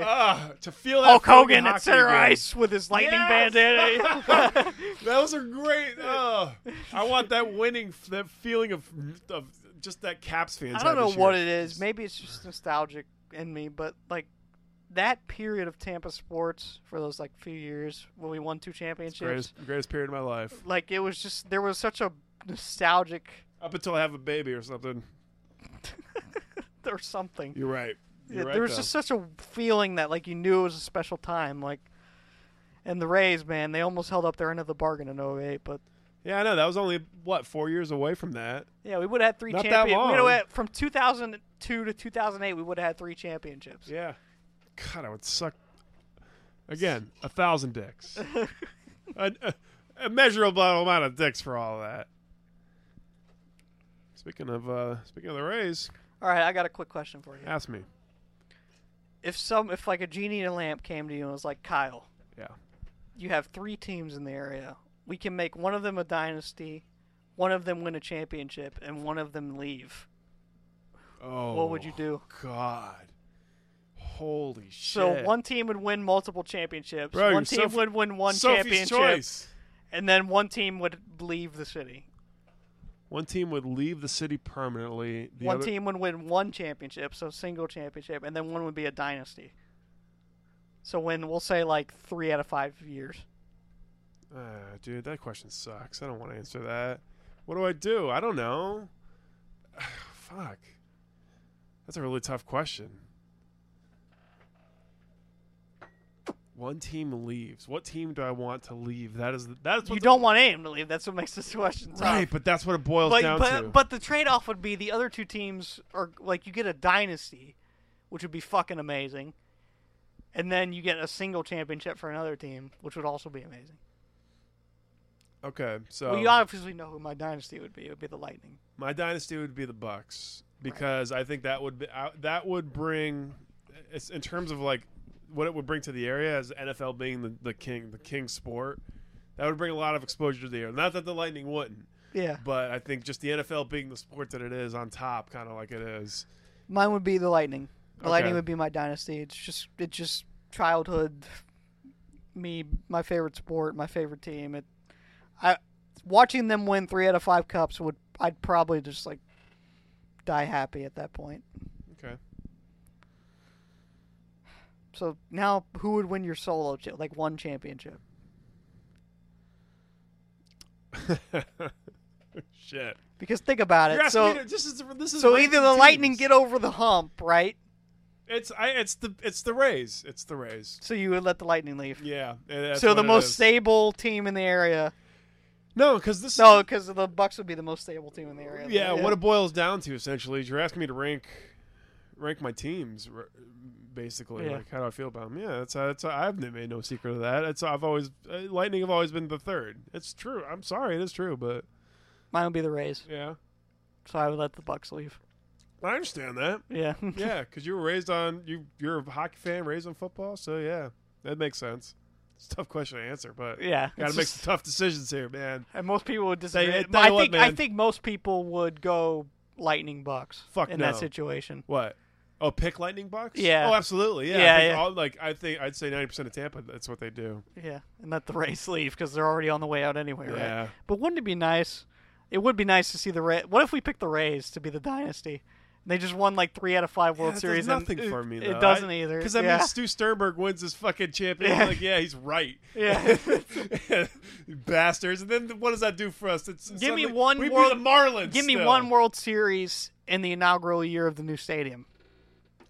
S1: Ah, to feel that
S2: Hulk
S1: fucking
S2: Hogan
S1: hockey
S2: at center
S1: again.
S2: ice with his lightning
S1: Yes!
S2: bandana.
S1: Those are great. Oh, I want that winning, that feeling of of just that Caps fans.
S2: I don't
S1: had
S2: know
S1: this
S2: what
S1: year.
S2: it is. Maybe it's just nostalgic in me, but like that period of Tampa sports for those like few years when we won two championships,
S1: greatest greatest period of my life
S2: like it was just there was such a nostalgic
S1: up until I have a baby or something.
S2: or something.
S1: You're right. You're right,
S2: there was
S1: though.
S2: just such a feeling that like you knew it was a special time, like. And the Rays, man, they almost held up their end of the bargain in 08, but
S1: yeah, I know that was only what four years away from that.
S2: Yeah, we would have had three
S1: Not that
S2: championships.
S1: long.
S2: We would have had, from 2002 to 2008, we would have had three championships.
S1: Yeah. God, I would suck. Again, a thousand dicks. a, a, a measurable amount of dicks for all of that. Speaking of uh, speaking of the Rays,
S2: All right, I got a quick question for you.
S1: ask me.
S2: If some, if like a genie in a lamp came to you and was like, Kyle,
S1: Yeah.
S2: you have three teams in the area. We can make one of them a dynasty, one of them win a championship, and one of them leave.
S1: Oh.
S2: What would you do?
S1: God. Holy shit.
S2: So one team would win multiple championships.
S1: Bro,
S2: one
S1: you're
S2: team
S1: Soph-
S2: would win one
S1: Sophie's
S2: championship,
S1: choice.
S2: and then one team would leave the city.
S1: One team would leave the city permanently. The
S2: one
S1: other-
S2: team would win one championship, so single championship, and then one would be a dynasty. So when we'll say like three out of five years,
S1: Uh, dude, that question sucks. I don't want to answer that. What do I do? I don't know. Fuck. That's a really tough question. One team leaves. What team do I want to leave? That is that's
S2: you
S1: what
S2: don't want any of them to leave. That's what makes this question tough.
S1: right, but that's what it boils
S2: but
S1: down
S2: but,
S1: to.
S2: but the trade off would be the other two teams are like you get a dynasty, which would be fucking amazing. And then you get a single championship for another team, which would also be amazing.
S1: Okay, so
S2: Well, you obviously know who my dynasty would be. It would be the Lightning.
S1: my dynasty would be the Bucks because I think that would be I- that would bring, it's in terms of like what it would bring to the area as NFL being the, the king, the king sport. That would bring a lot of exposure to the area. Not that the Lightning wouldn't,
S2: Yeah.
S1: but I think just the NFL being the sport that it is on top, kind of like it is.
S2: Mine would be the Lightning. The
S1: Okay.
S2: Lightning would be my dynasty. It's just it's just childhood me my favorite sport, my favorite team. It I watching them win 3 out of 5 cups would I'd probably just like die happy at that point.
S1: Okay.
S2: So now who would win your solo cha- like one championship?
S1: Shit.
S2: Because think about
S1: You're
S2: it.
S1: asking
S2: Uh, So
S1: me to- this is this is
S2: so
S1: ranking
S2: either the Lightning
S1: teams.
S2: get over the hump, right?
S1: It's I. It's the it's the Rays. It's the Rays.
S2: So you would let the Lightning leave.
S1: Yeah. and that's
S2: so
S1: what
S2: the
S1: it
S2: most
S1: is.
S2: stable team in the area.
S1: no, because this
S2: No, because the Bucks would be the most stable team in the area.
S1: Yeah, what it boils down to essentially is you're asking me to rank rank my teams, r- basically.
S3: Yeah.
S1: Like how do I feel about them? Yeah, that's that's I've made no secret of that. It's I've always uh, Lightning have always been the third. It's true. I'm sorry, it is true, but
S2: Mine would be the Rays,
S1: yeah,
S2: so I would let the Bucks leave.
S1: I understand that.
S2: Yeah.
S1: Yeah, because you were raised on you you're a hockey fan, raised on football, so yeah, that makes sense. It's a tough question to answer, but
S2: yeah.
S1: gotta
S2: it's
S1: make
S2: just-
S1: some tough decisions here, man.
S2: and most people would disagree.
S1: Tell you- tell
S2: I
S1: you what,
S2: think I
S1: man.
S2: think most people would go Lightning Bucks
S1: Fuck
S2: in
S1: no.
S2: that situation.
S1: What? Oh, pick lightning bucks?
S2: Yeah.
S1: Oh, absolutely. Yeah.
S2: Yeah,
S1: I think
S2: yeah.
S1: All, like I think I'd say ninety percent of Tampa. That's what they do.
S2: Yeah, and let the Rays leave because they're already on the way out anyway, right?
S1: Yeah.
S2: But wouldn't it be nice? It would be nice to see the Rays. What if we picked the Rays to be the dynasty? And they just won like three out of five
S1: Yeah,
S2: World
S1: that does
S2: Series.
S1: Nothing
S2: and
S1: for me.
S2: It,
S1: Though.
S2: it doesn't either.
S1: Because that
S2: yeah.
S1: means Stu Sternberg wins his fucking champion.
S2: Yeah.
S1: Like, yeah, he's right.
S2: yeah.
S1: Bastards. And then what does that do for us? It's, it's
S2: Give me
S1: suddenly-
S2: one
S1: We'd
S2: world-
S1: be the Marlins.
S2: Give me
S1: still.
S2: one World Series in the inaugural year of the new stadium.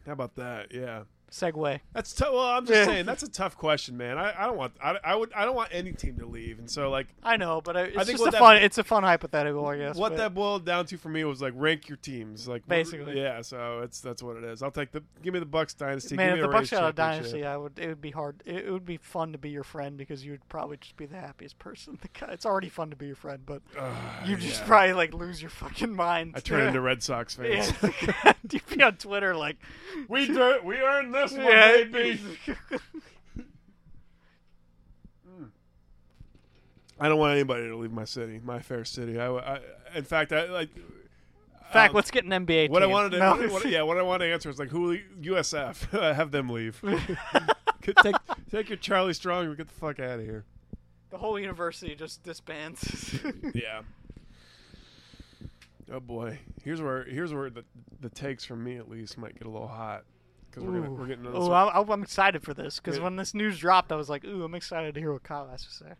S1: How about that? Yeah.
S2: Segue.
S1: That's tough. Well, I'm just
S2: Yeah.
S1: saying that's a tough question, man. I, I don't want. I, I would. I don't want any team to leave. And so, like,
S2: I know, but I- it's
S1: think
S2: just
S1: what
S2: a
S1: that-
S2: fun. It's a fun hypothetical, I guess.
S1: what
S2: but-
S1: that boiled down to for me was like rank your teams. Like,
S2: Basically.
S1: Yeah. So it's that's what it is. I'll take the. Give me the Bucks dynasty.
S2: man,
S1: give
S2: if
S1: me
S2: the
S1: a
S2: Bucks
S1: Rays
S2: got a
S1: championship.
S2: dynasty, I would. It would be hard. It, it would be fun to be your friend because you would probably just be the happiest person. It's already fun to be your friend, but you just probably like lose your fucking mind.
S1: I turn into Red Sox fans.
S2: Yeah. You'd be on Twitter like,
S1: we do. We earned this one,
S2: yeah,
S1: baby. I don't want anybody to leave my city, my fair city. I, I in fact, I like
S2: Fact,
S1: Um,
S2: let's get an NBA.
S1: what I
S2: team.
S1: wanted to.
S2: No.
S1: What, what- yeah, what I want to answer is like who USF have them leave. take take your Charlie Strong and get the fuck out of here.
S2: the whole university just disbands.
S1: Yeah. Oh boy, here's where here's where the the takes from me at least might get a little hot because we're gonna, we're getting another.
S2: Ooh, I'm, I'm- I'm excited for this because
S1: Yeah.
S2: when this news dropped, I was like, "Ooh, I'm excited to hear what Kyle has to say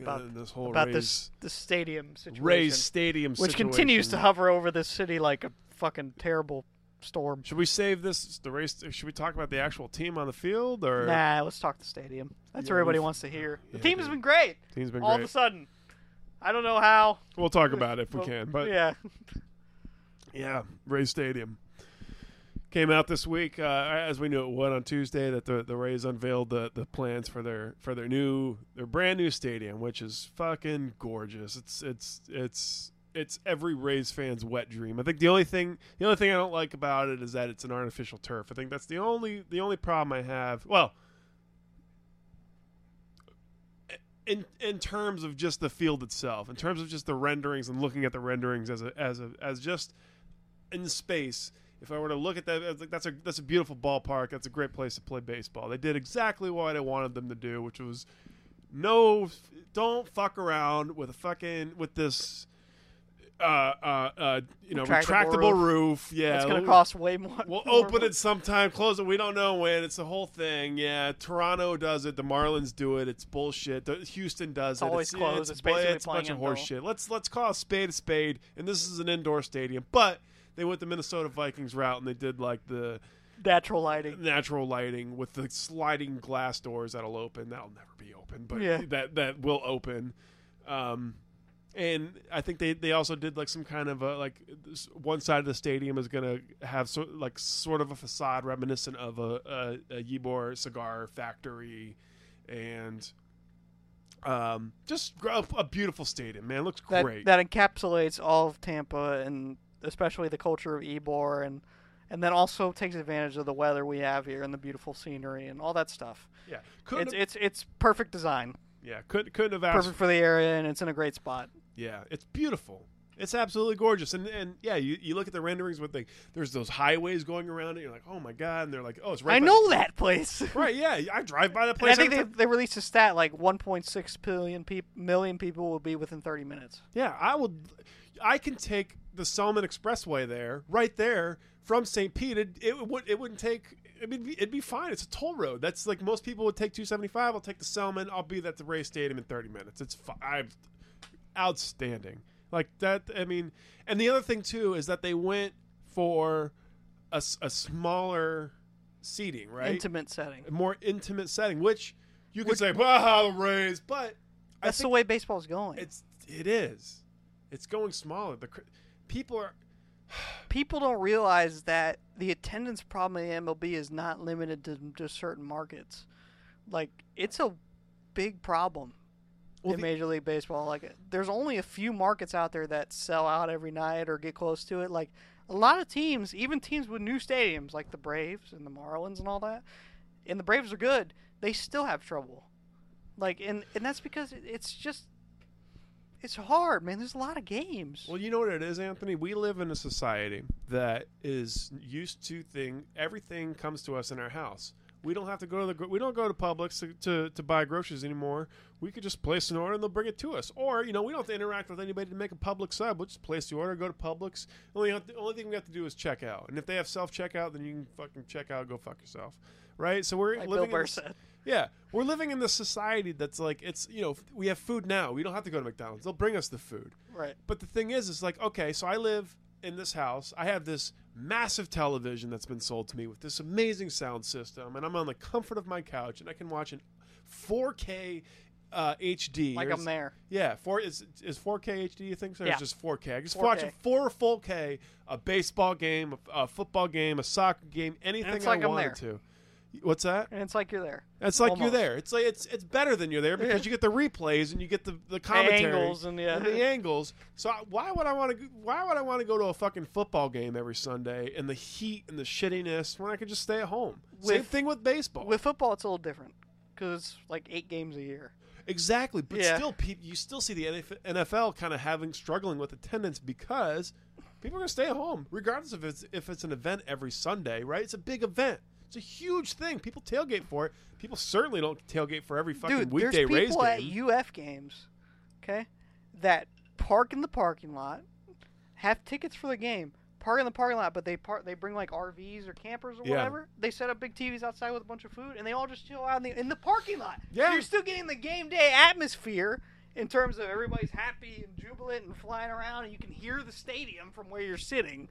S2: about-
S1: this whole
S2: about
S1: Rays,
S2: this this stadium situation,
S1: Rays stadium,
S2: which continues to
S1: situation.
S2: hover over this city like a fucking terrible storm."
S1: Should we save this the race? Should we talk about the actual team on the field or
S2: Nah, let's talk the stadium. That's
S1: Yeah,
S2: what everybody
S1: we've-
S2: wants to hear. The
S1: yeah,
S2: team has
S1: dude.
S2: been great.
S1: team's been
S2: All
S1: great?
S2: of a sudden, I don't know how.
S1: We'll talk about it if we
S2: but-
S1: can. But yeah,
S2: yeah,
S1: Rays Stadium came out this week, uh, as we knew it would on Tuesday, that the, the Rays unveiled the, the plans for their for their new their brand new stadium, which is fucking gorgeous. It's it's it's it's every Rays fan's wet dream. I think the only thing the only thing I don't like about it is that it's an artificial turf. I think that's the only the only problem I have. Well, in in terms of just the field itself, in terms of just the renderings and looking at the renderings as a as a as just in space. If I were to look at that, as like, that's a that's a beautiful ballpark. That's a great place to play baseball. They did exactly what I wanted them to do, which was no, don't fuck around with a fucking with this. Uh, uh, uh, you know,
S2: Retractable
S1: retractable, roof. Yeah,
S2: it's gonna cost way more.
S1: We'll
S2: more
S1: open
S2: money.
S1: it sometime, close it. We don't know when. It's the whole thing. Yeah, Toronto does it. The Marlins do it. It's bullshit. The, Houston does
S2: It's
S1: it.
S2: always
S1: it's,
S2: closed.
S1: It's,
S2: It's basically
S1: it's a bunch of
S2: playing
S1: horse shit. Let's let's call a spade a spade. And this is an indoor stadium, but they went the Minnesota Vikings route and they did like the
S2: natural lighting.
S1: natural lighting with the sliding glass doors that'll open. That'll never be open, but
S2: Yeah.
S1: that that will open. Um, and I think they, they also did like some kind of a, like this- one side of the stadium is gonna have so, like sort of a facade reminiscent of a, a, a Ybor cigar factory, and um, just gr- a, a beautiful stadium. Man, it looks
S2: that
S1: great.
S2: that encapsulates all of Tampa and especially the culture of Ebor and and then also takes advantage of the weather we have here and the beautiful scenery and all that stuff.
S1: yeah, couldn't
S2: it's
S1: have-
S2: it's it's perfect design,
S1: yeah couldn't couldn't have asked
S2: perfect for the area, and it's in a great spot.
S1: Yeah, it's beautiful. It's absolutely gorgeous. And and yeah, you, you look at the renderings with like there's those highways going around it. You're like, oh my god, and they're like, oh, it's right.
S2: I
S1: by
S2: know
S1: the-"
S2: that place.
S1: Right? Yeah, I drive by that
S2: And I
S1: place.
S2: think they,
S1: every time.
S2: they released a stat like 1.6 billion peop million people will be within 30 minutes.
S1: yeah, I will. I can take the Solomon Expressway there, right there from St. Pete. It, it would it wouldn't take. I mean, it'd be- it'd be fine. It's a toll road. That's like most people would take 275. I'll take the Solomon. I'll be at the Ray Stadium in 30 minutes. It's fi- I've outstanding. Like that. I mean, and the other thing too is that they went for a, s- a smaller seating, right?
S2: Intimate setting.
S1: A more intimate setting, which you could say, "Bah, the Rays," but I
S2: That's the
S1: think
S2: way baseball's going.
S1: it's it is. It's going smaller. The cr- people are
S2: people don't realize that the attendance problem in the MLB is not limited to just certain markets. Like it's a big problem
S1: Well,
S2: in
S1: the-
S2: Major League Baseball. Like there's only a few markets out there that sell out every night or get close to it. Like a lot of teams, even teams with new stadiums, like the Braves and the Marlins and all that, and the Braves are good, they still have trouble. Like and and that's because it- it's just it's hard, man. There's a lot of games.
S1: Well, you know what it is, Anthony. We live in a society that is used to thing. Everything comes to us in our house. We don't have to go to the. gro- We don't go to Publix to, to, to buy groceries anymore. We could just place an order and they'll bring it to us. Or you know, we don't have to interact with anybody to make a public sub. We'll just place the order, go to Publix. Only have to- only thing we have to do is check out. And if they have self checkout, then you can fucking check out. Go fuck yourself. Right. So we're
S2: Like Bill
S1: living in
S2: Burr
S1: this-
S2: said.
S1: yeah, we're living in this society that's like it's you know f- we have food now. We don't have to go to McDonald's. They'll bring us the food.
S2: Right.
S1: But the thing is, it's like, okay, so I live in this house. I have this massive television that's been sold to me with this amazing sound system, and I'm on the comfort of my couch, and I can watch an 4K uh, HD.
S2: Like
S1: or
S2: I'm
S1: is-
S2: there.
S1: Yeah, four is is 4K HD. You think so? Or
S2: Yeah.
S1: It's just 4K. I'm just
S2: 4K.
S1: watching four full K, a baseball game, a, a football game, a soccer game, anything
S2: it's like
S1: I
S2: I'm
S1: wanted
S2: there.
S1: to. What's that?
S2: and it's like you're there.
S1: It's like
S2: Almost.
S1: you're there. It's like it's it's better than you're there because you get the replays and you get the the commentary
S2: angles and, yeah.
S1: the angles. So I, why would I want to why would I want to go to a fucking football game every Sunday and the heat and the shittiness when I could just stay at home? Same
S2: With-
S1: thing with baseball.
S2: With football, it's a little different because it's like eight games a year.
S1: exactly, but
S2: Yeah.
S1: still, peop you still see the NF NFL kind of having struggling with attendance because people are gonna stay at home regardless if it's if it's an event every Sunday, right? It's a big event. It's a huge thing. People tailgate for it. People certainly don't tailgate for every fucking
S2: Dude,
S1: weekday
S2: there's
S1: race
S2: people
S1: game.
S2: at UF games, okay, that park in the parking lot, have tickets for the game, park in the parking lot, but they park they bring like RVs or campers or
S1: Yeah.
S2: whatever. They set up big TVs outside with a bunch of food, and they all just chill out in the in the parking lot. So
S1: Yeah.
S2: you're still getting the game day atmosphere. In terms of everybody's happy and jubilant and flying around, and you can hear the stadium from where you're sitting,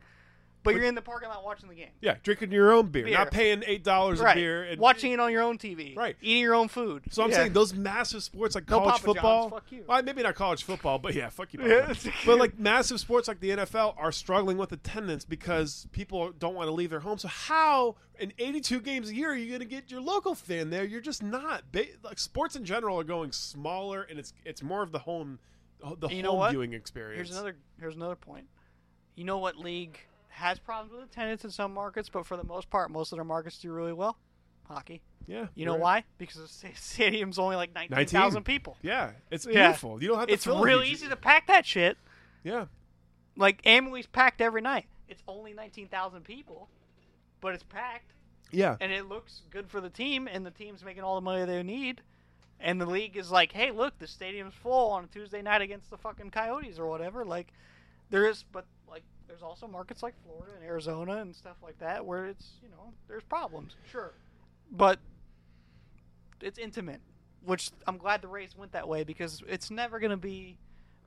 S2: but you're in the parking lot watching the game.
S1: Yeah, drinking your own beer,
S2: Beer.
S1: not paying eight dollars a beer, and
S2: watching it on your own TV,
S1: Right.
S2: Eating your own food.
S1: So I'm
S2: Yeah.
S1: saying those massive sports like
S2: No
S1: college
S2: Papa John's,
S1: football,
S2: fuck you.
S1: Well, maybe not college football, but yeah, fuck you. Papa
S2: Yeah.
S1: John's. but like massive sports like the NFL are struggling with attendance because people don't want to leave their home. So how in 82 games a year are you going to get your local fan there? You're just not. Ba- Like sports in general are going smaller, and it's it's more of the home, the
S2: You
S1: home
S2: know what?
S1: viewing experience.
S2: here's another here's another point. You know what league has problems with attendance in some markets, but for the most part, most of their markets do really well. Hockey.
S1: Yeah,
S2: You
S1: you're
S2: know
S1: right.
S2: why? Because the sta- stadium's only like nineteen thousand people.
S1: Yeah, it's
S2: Yeah.
S1: beautiful. You don't have to.
S2: It's
S1: fill a
S2: real
S1: huge-
S2: easy to pack that shit.
S1: Yeah,
S2: Like Amily's packed every night. It's only nineteen thousand people, but it's packed.
S1: yeah.
S2: and it looks good for the team, and the team's making all the money they need, and the league is like, hey, look, the stadium's full on a Tuesday night against the fucking Coyotes or whatever. Like, there is, but like, there's also markets like Florida and Arizona and stuff like that where it's, you know, there's problems, sure, but it's intimate, which I'm glad the Rays went that way because it's never gonna be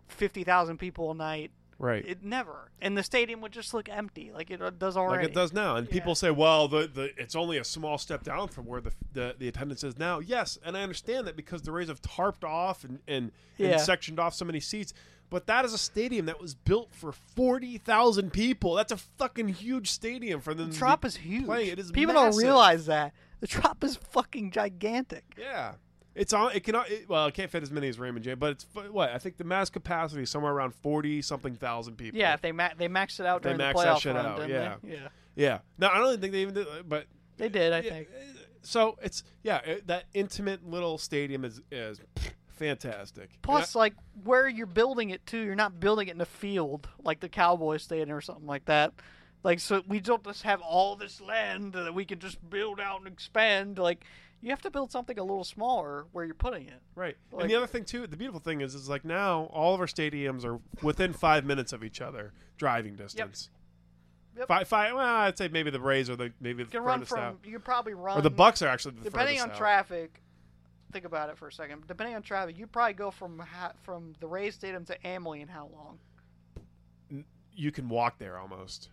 S2: fifty thousand people a night.
S1: Right.
S2: It never, and the stadium would just look empty, like it uh, does already.
S1: like it does now. And people say, well, the, the it's only a small step down from where the, the the attendance is now. Yes, and I understand that because the Rays have tarped off and and,
S2: Yeah.
S1: and sectioned off so many seats. But that is a stadium that was built for forty thousand people. That's a fucking huge stadium for them.
S2: The
S1: to
S2: Trop
S1: be
S2: is huge.
S1: Playing. It is
S2: People
S1: massive.
S2: don't realize that. The Trop is fucking gigantic.
S1: Yeah, it's on. It cannot. It, well, it can't fit as many as Raymond James, but it's fu- what I think the max capacity is somewhere around forty something thousand people.
S2: Yeah, if they ma- they maxed it out
S1: They
S2: during the
S1: maxed that
S2: playoff
S1: shit
S2: run,
S1: out,
S2: didn't
S1: yeah.
S2: they? Yeah,
S1: yeah. No, I don't even think they even did. But
S2: they did. I
S1: Yeah,
S2: think.
S1: so it's yeah it, that intimate little stadium is is fantastic. And
S2: Plus, like where you're building it to, you're not building it in a field like the Cowboys stayed in or something like that. Like, so we don't just have all this land that we can just build out and expand. Like, you have to build something a little smaller where you're putting it.
S1: Right.
S2: Like-
S1: and the other thing too, the beautiful thing is, is like now all of our stadiums are within five minutes of each other driving distance.
S2: Yep.
S1: Five, five. Well, I'd say maybe the Rays are the maybe the
S2: You can run
S1: furthest
S2: from.
S1: out,
S2: You can probably run.
S1: or the Bucks are actually the
S2: Depending
S1: furthest
S2: on
S1: out.
S2: traffic, think about it for a second. Depending on traffic, you probably go from ha- from the Rays Stadium to Amalie in how long?
S1: You can walk there almost,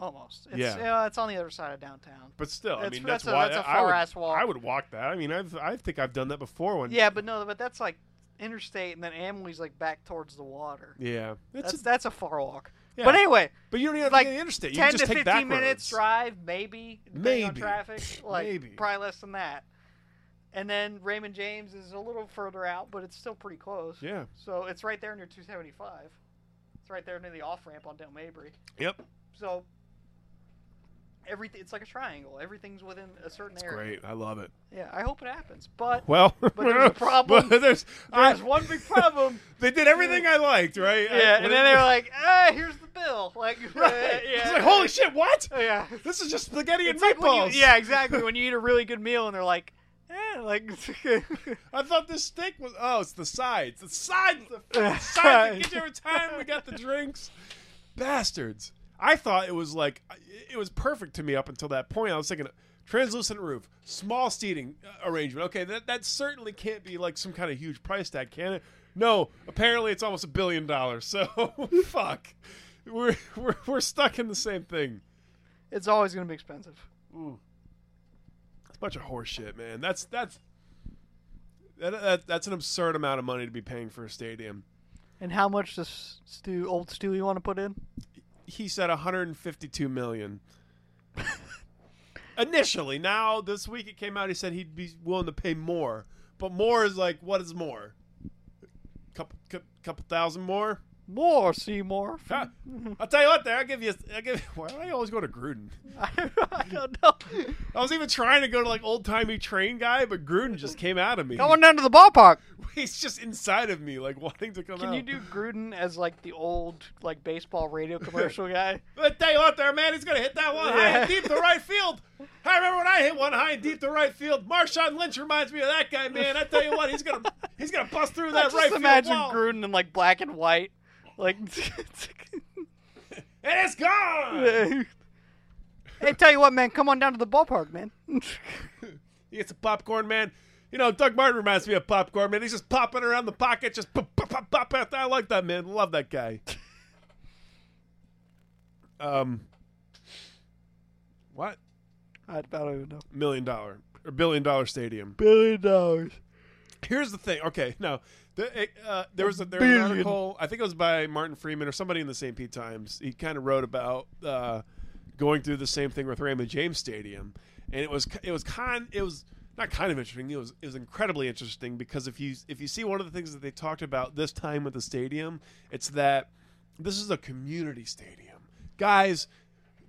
S2: Almost. It's,
S1: Yeah.
S2: uh, it's on the other side of downtown.
S1: but still, I
S2: That's-
S1: mean
S2: that's
S1: that's,
S2: a-
S1: why
S2: that's a
S1: I would-
S2: far-ass walk.
S1: I would walk that. I mean, I've I think I've done that before when
S2: Yeah, but no, but that's like interstate, and then Amelie's like back towards the water.
S1: yeah. It's
S2: That's
S1: a-
S2: that's a far walk.
S1: Yeah.
S2: But anyway,
S1: but you don't even have
S2: like
S1: to get interstate. You
S2: ten
S1: can just
S2: to
S1: take
S2: fifteen
S1: back
S2: minutes
S1: roads.
S2: drive, maybe depending on
S1: Maybe.
S2: traffic,
S1: Pfft,
S2: like
S1: maybe.
S2: probably less than that. And then Raymond James is a little further out, but it's still pretty close.
S1: Yeah.
S2: So it's right there near 275. It's right there near the off ramp on Del Mabry.
S1: Yep,
S2: So everything it's like a triangle. Everything's within a certain area.
S1: great. I love it.
S2: Yeah, I hope it happens. But
S1: Well,
S2: But there's a problem.
S1: but there's,
S2: there's one big problem.
S1: They did everything I liked, right?
S2: Yeah,
S1: I-
S2: and then they're like, "Ah, here's the bill." Like,
S1: Right.
S2: yeah,
S1: It's like, holy shit, what?
S2: yeah.
S1: This is just spaghetti and
S2: It's like when you-
S1: meatballs.
S2: yeah, exactly. When you eat a really good meal, and they're like, "Eh," like,
S1: I thought this steak was. Oh, it's the sides. The sides. The fucking sides. that get you every time we got the drinks. Bastards. I thought it was like it was perfect to me up until that point. I was thinking translucent roof, small seating uh, arrangement. Okay, that that certainly can't be like some kind of huge price tag, can it? No, apparently it's almost a billion dollars. So fuck, we're we're we're stuck in the same thing.
S2: it's always gonna be expensive.
S1: It's a bunch of horse shit, man. That's that's that, that, that's an absurd amount of money to be paying for a stadium.
S2: And how much does Stu, old Stewie, want to put in?
S1: He said 152 million. Initially, now this week it came out. He said he'd be willing to pay more, but more is like what is more? Couple, cou- couple thousand more.
S2: More Seymour.
S1: Huh. I'll tell you what, there. I'll give you. I'll give. Why do I always go to Gruden?
S2: I don't know.
S1: I was even trying to go to like old timey train guy, but Gruden just came out of me.
S2: Going down to the ballpark.
S1: He's just inside of me, like wanting to come out.
S2: Can you do Gruden as like the old like baseball radio commercial guy?
S1: But tell you what, there, man, he's going to hit that one high
S2: Yeah.
S1: and deep to right field. I remember when I hit one high and deep to right field. Marshawn Lynch reminds me of that guy, man. I tell you what, he's going to he's going to bust through
S2: I
S1: that
S2: just
S1: right
S2: imagine
S1: field wall,
S2: Gruden in like black and white, like.
S1: and it's gone.
S2: hey, tell you what, man, come on down to the ballpark, man.
S1: He gets a popcorn, man. You know, Doug Martin reminds me of popcorn, man. He's just popping around the pocket, just pop, pop, pop, pop. pop. I like that man. Love that guy. Um, what
S2: I don't even know.
S1: million dollar or billion dollar stadium?
S2: Billion dollars.
S1: Here's the thing. Okay, no, the, uh, there was a, there was an
S2: Billion.
S1: article. I think it was by Martin Freeman or somebody in the St. Pete Times. He kind of wrote about uh, going through the same thing with Raymond James Stadium, and it was it was kind it was not kind of interesting. It was it was incredibly interesting because if you if you see one of the things that they talked about this time with the stadium, it's that this is a community stadium, guys.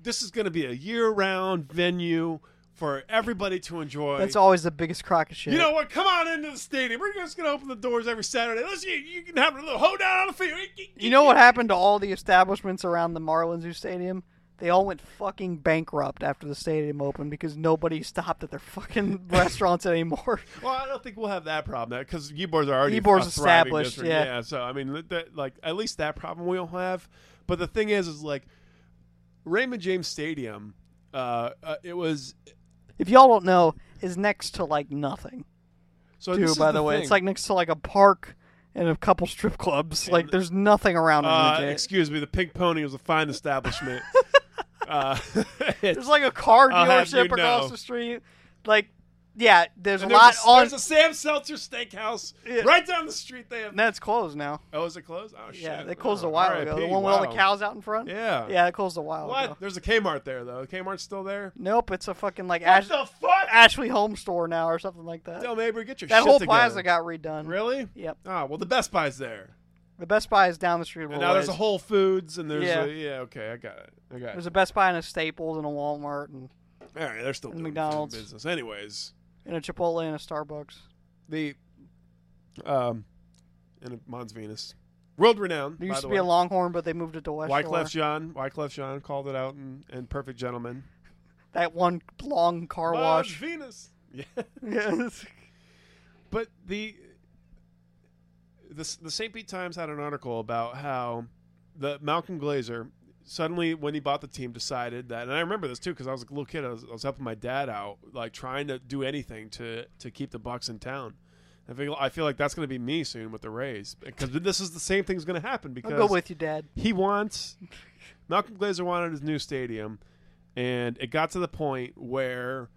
S1: This is going to be a year-round venue for everybody to enjoy.
S2: That's always the biggest crock of shit.
S1: You know what? Come on into the stadium. We're just gonna open the doors every Saturday. Let's you, you can have a little hoedown on the field.
S2: You know what happened to all the establishments around the Marlins Zoo Stadium? They all went fucking bankrupt after the stadium opened because nobody stopped at their fucking restaurants anymore.
S1: Well, I don't think we'll have that problem because Ybor's are already
S2: Ybor 's
S1: a thriving
S2: established,
S1: district.
S2: yeah.
S1: So I mean, th- that, like at least that problem we don't have. But the thing is, is like Raymond James Stadium. Uh, uh, it was
S2: If y'all don't know, is next to like nothing.
S1: so. this
S2: Too,
S1: is
S2: by the, way,
S1: thing.
S2: it's like next to like a park and a couple strip clubs. Like there's nothing around.
S1: Uh,
S2: Raymond James.
S1: excuse me, the Pink Pony was a fine establishment. uh,
S2: There's like a car
S1: I'll have you
S2: dealership across
S1: know.
S2: the street. Like yeah, there's
S1: And
S2: a lot
S1: there's, a,
S2: on.
S1: there's a Sam Seltzer steakhouse right down the street. They have.
S2: No, it's closed now.
S1: Oh, is it closed? Oh, shit.
S2: Yeah, they closed
S1: Oh,
S2: a while ago. The
S1: RIP,
S2: one with all
S1: wow.
S2: the cows out in front.
S1: Yeah.
S2: Yeah, it closed a while ago.
S1: What? There's a Kmart there though. Kmart's still there.
S2: Nope, it's a fucking like
S1: What
S2: Ash-
S1: the fuck?
S2: Ashley Home store now or something like that.
S1: Del Mabry, get your
S2: that
S1: shit
S2: whole
S1: together.
S2: plaza got redone.
S1: Really?
S2: Yep.
S1: Ah, well, the Best Buy's there.
S2: The Best Buy is down the street. a
S1: And
S2: little
S1: now there's a
S2: ways.
S1: Whole Foods, and there's
S2: Yeah.
S1: a, yeah, okay, I got it. I got
S2: There's
S1: it.
S2: a Best Buy and a Staples and a Walmart and,
S1: All right, they're still
S2: and
S1: doing
S2: McDonald's.
S1: business. Anyways,
S2: and a Chipotle and a Starbucks.
S1: the, um, and Mons Venus. World renowned.
S2: There
S1: by
S2: used
S1: the
S2: to be
S1: way.
S2: a Longhorn, but they moved it to West
S1: Wyclef
S2: Shore.
S1: Jean. Wyclef Jean called it out in, in Perfect Gentleman.
S2: That one long car
S1: Mons
S2: wash.
S1: Venus. Yeah.
S2: Yes.
S1: But the the the St. Pete Times had an article about how the Malcolm Glazer suddenly when he bought the team decided that and I remember this too because I was a little kid I was, I was helping my dad out like trying to do anything to to keep the Bucks in town. I feel I feel like that's going to be me soon with the Rays because this is the same thing's going to happen because
S2: I'll go with you, Dad.
S1: he wants Malcolm Glazer wanted his new stadium, and it got to the point where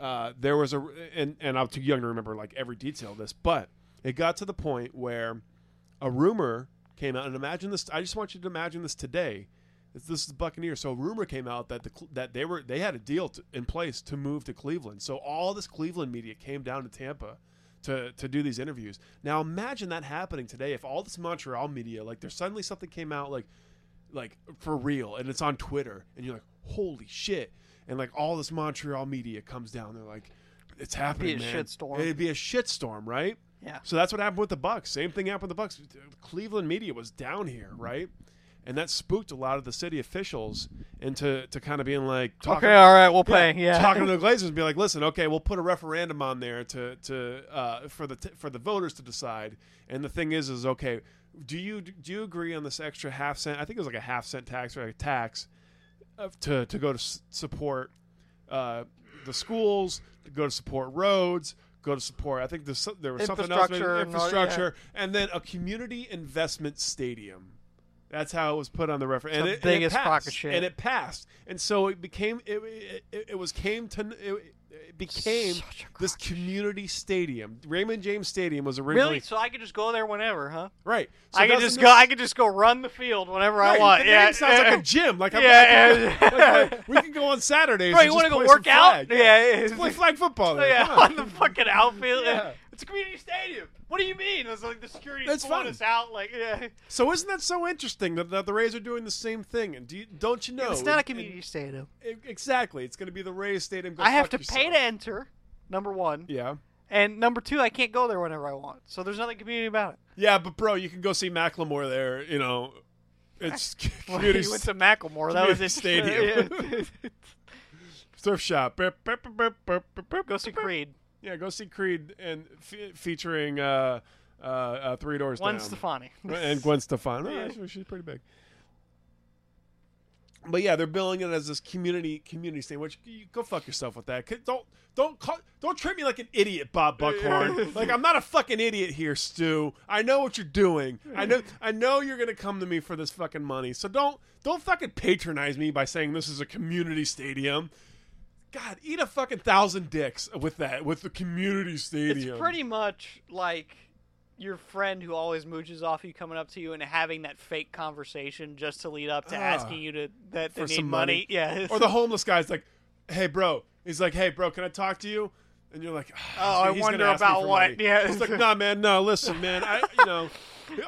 S1: uh, there was a and and I'm too young to remember like every detail of this, but it got to the point where a rumor came out, and imagine this. I just want you to imagine this today. This, this is the Buccaneers. So a rumor came out that the Cle- that they were they had a deal to, in place to move to Cleveland. So all this Cleveland media came down to Tampa to to do these interviews. Now imagine that happening today. If all this Montreal media like there's suddenly something came out like like for real and it's on Twitter and you're like holy shit and like all this Montreal media comes down. They're like it's happening.
S2: a
S1: man.
S2: shitstorm.
S1: It'd be a shitstorm, right?
S2: Yeah.
S1: So that's what happened with the Bucks. Same thing happened with the Bucks. Cleveland media was down here, right? And that spooked a lot of the city officials into to kind of being like, talking,
S2: Okay, all right, we'll pay. Yeah.
S1: talking to the Glazers and be like, listen, okay, we'll put a referendum on there to to uh, for the t- for the voters to decide. And the thing is, is okay, do you do you agree on this extra half cent? I think it was like a half cent tax or a tax uh, to to go to s- support uh, the schools, to go to support roads, go to support. I think there's, some- there was something else, maybe
S2: Infrastructure and all- yeah.
S1: infrastructure, and then a community investment stadium. That's how it was put on the referendum, and
S2: the
S1: it, and it
S2: biggest
S1: passed.
S2: crock of shit.
S1: And it passed, and so it became it. It, it- it was came to it, it became
S2: Such a crock
S1: this community stadium. Raymond James Stadium was originally
S2: Really? So I could just go there whenever, huh?
S1: right. So
S2: I could
S1: doesn't
S2: just
S1: this-
S2: go. I could just go run the field whenever I
S1: Right,
S2: want.
S1: the
S2: yeah.
S1: name sounds
S2: yeah.
S1: like a gym. Like, I'm,
S2: Yeah,
S1: I can-
S2: yeah.
S1: like, we can go on Saturdays.
S2: Bro,
S1: and
S2: you
S1: just
S2: wanna go
S1: play
S2: work
S1: some
S2: out?
S1: flag.
S2: Yeah, yeah,
S1: Let's
S2: yeah.
S1: play flag football.
S2: Oh,
S1: there.
S2: yeah,
S1: Come
S2: on the fucking outfield.
S1: Yeah.
S2: It's a community stadium. What do you mean? It's like the security
S1: That's
S2: pulling
S1: fun.
S2: us out. Like, yeah.
S1: So isn't that so interesting that, that the Rays are doing the same thing? And do you, don't you know?
S2: it's not a
S1: And-
S2: community stadium.
S1: and- exactly. It's going to be the Rays Stadium. Go
S2: I have
S1: fuck
S2: to pay
S1: yourself.
S2: to enter. Number one,
S1: Yeah.
S2: and number two, I can't go there whenever I want. So there's nothing community about it.
S1: Yeah, but bro, you can go see Macklemore there. You know, it's
S2: Well,
S1: community
S2: he went to Macklemore. That was
S1: community
S2: it.
S1: stadium. surf shop. Burp, burp, burp, burp, burp, burp, burp,
S2: go see
S1: burp.
S2: Creed.
S1: Yeah, go see Creed and fe- featuring uh, uh, uh, Three Doors
S2: One
S1: Down.
S2: Stefani.
S1: and Gwen Stefani. Yeah, she- she's pretty big. But yeah, they're billing it as this community community thing. Which you, go fuck yourself with that. 'Cause Don't don't call, don't treat me like an idiot, Bob Buckhorn. like I'm not a fucking idiot here, Stu. I know what you're doing. I know I know you're gonna come to me for this fucking money. So don't don't fucking patronize me by saying this is a community stadium. God, eat a fucking thousand dicks with that with the community
S2: It's
S1: stadium.
S2: pretty much like your friend who always mooches off you coming up to you and having that fake conversation just to lead up to
S1: Ah,
S2: asking you to that they
S1: for
S2: need
S1: some money.
S2: money. Yeah.
S1: Or the homeless guy's like, "Hey, bro." He's like, "Hey, bro, can I talk to you?" And you're like,
S2: Oh,
S1: he's
S2: I
S1: he's
S2: wonder
S1: gonna ask me
S2: about
S1: for
S2: what.
S1: money."
S2: Yeah.
S1: He's like, "Nah, man, no. Listen, man, I, you know,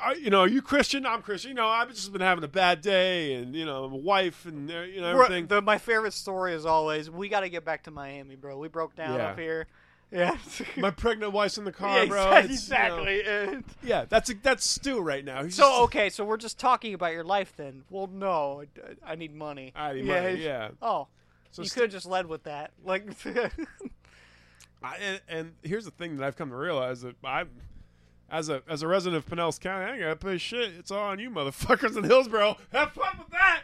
S1: I, you know, are you Christian? I'm Christian. You know, I've just been having a bad day, and you know, my wife, and uh, you know,
S2: Bro,
S1: everything."
S2: the, my favorite story is always we got to get back to Miami, bro. We broke down
S1: Yeah.
S2: up here. Yeah.
S1: my pregnant wife's in the car,
S2: Yeah,
S1: bro.
S2: exact-
S1: It's, you know-
S2: exactly. And-
S1: yeah, that's that's Stu right now. He's just-
S2: So okay, so we're just talking about your life then. Well, no, I- I need money.
S1: I need money, yeah.
S2: Oh,
S1: So
S2: you
S1: st-
S2: could have just led with that. Like,
S1: I, and, and here's the thing that I've come to realize that I, as a as a resident of Pinellas County, I ain't gotta pay shit. It's all on you, motherfuckers in Hillsboro. Have fun with that.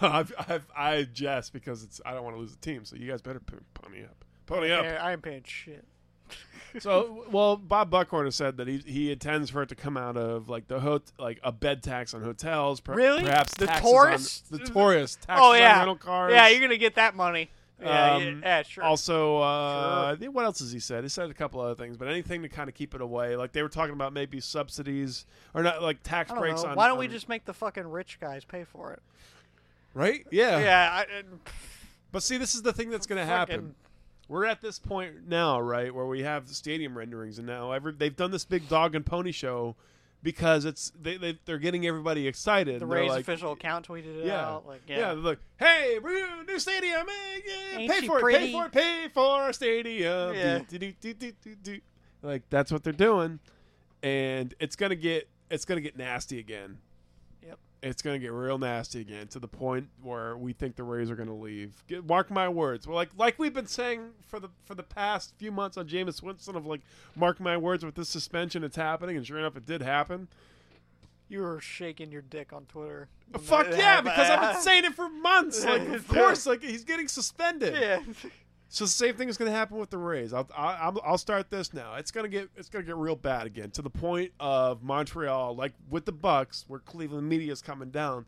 S1: No, I've, I've, I jest because it's I don't want to lose the team, so you guys better p- pony up, pony up.
S2: Yeah, I ain't paying shit.
S1: So, well, Bob Buckhorn has said that he he intends for it to come out of like the hot like a bed tax on hotels, per-
S2: Really?
S1: perhaps
S2: The
S1: taxes
S2: tourists?
S1: on, the tourists, taxes
S2: oh yeah,
S1: on rental cars.
S2: yeah, you're gonna get that money. Yeah, yeah,
S1: Um,
S2: yeah, sure.
S1: Also, uh,
S2: Sure.
S1: I think- what else has he said? He said a couple other things, but anything to kind of keep it away. Like they were talking about maybe subsidies or not, like tax
S2: I don't
S1: breaks.
S2: know.
S1: On,
S2: Why don't we
S1: on-
S2: just make the fucking rich guys pay for it?
S1: right? Yeah.
S2: Yeah, I, uh, and-
S1: But see, this is the thing that's going to happen. We're at this point now, right, where we have stadium renderings, and now every they've done this big dog and pony show because it's they, they they're getting everybody excited.
S2: the
S1: and they're
S2: Rays
S1: like,
S2: official account tweeted it
S1: Yeah.
S2: out. Like, yeah.
S1: yeah. Look, hey, we're new stadium. eh, yeah,
S2: Ain't
S1: pay
S2: she
S1: for it.
S2: pretty?
S1: Pay for it. Pay for our stadium.
S2: Yeah.
S1: Do, do, do, do, do, do. Like that's what they're doing, and it's gonna get it's gonna get nasty again.
S2: Yep.
S1: It's gonna get real nasty again to the point where we think the Rays are gonna leave. Get- Mark my words. Well, like like we've been saying for the for the past few months on Jameis Winston of like mark my words with this suspension, it's happening, and sure enough, it did happen.
S2: You were shaking your dick on Twitter. when
S1: Fuck
S2: that
S1: yeah, because I've been
S2: happened.
S1: saying it for months. Like, of course, like he's getting suspended.
S2: Yeah.
S1: So the same thing is going to happen with the Rays. I'll, I, I'm- I'll start this now. It's going to get it's going to get real bad again to the point of Montreal, like with the Bucks, where Cleveland media is coming down.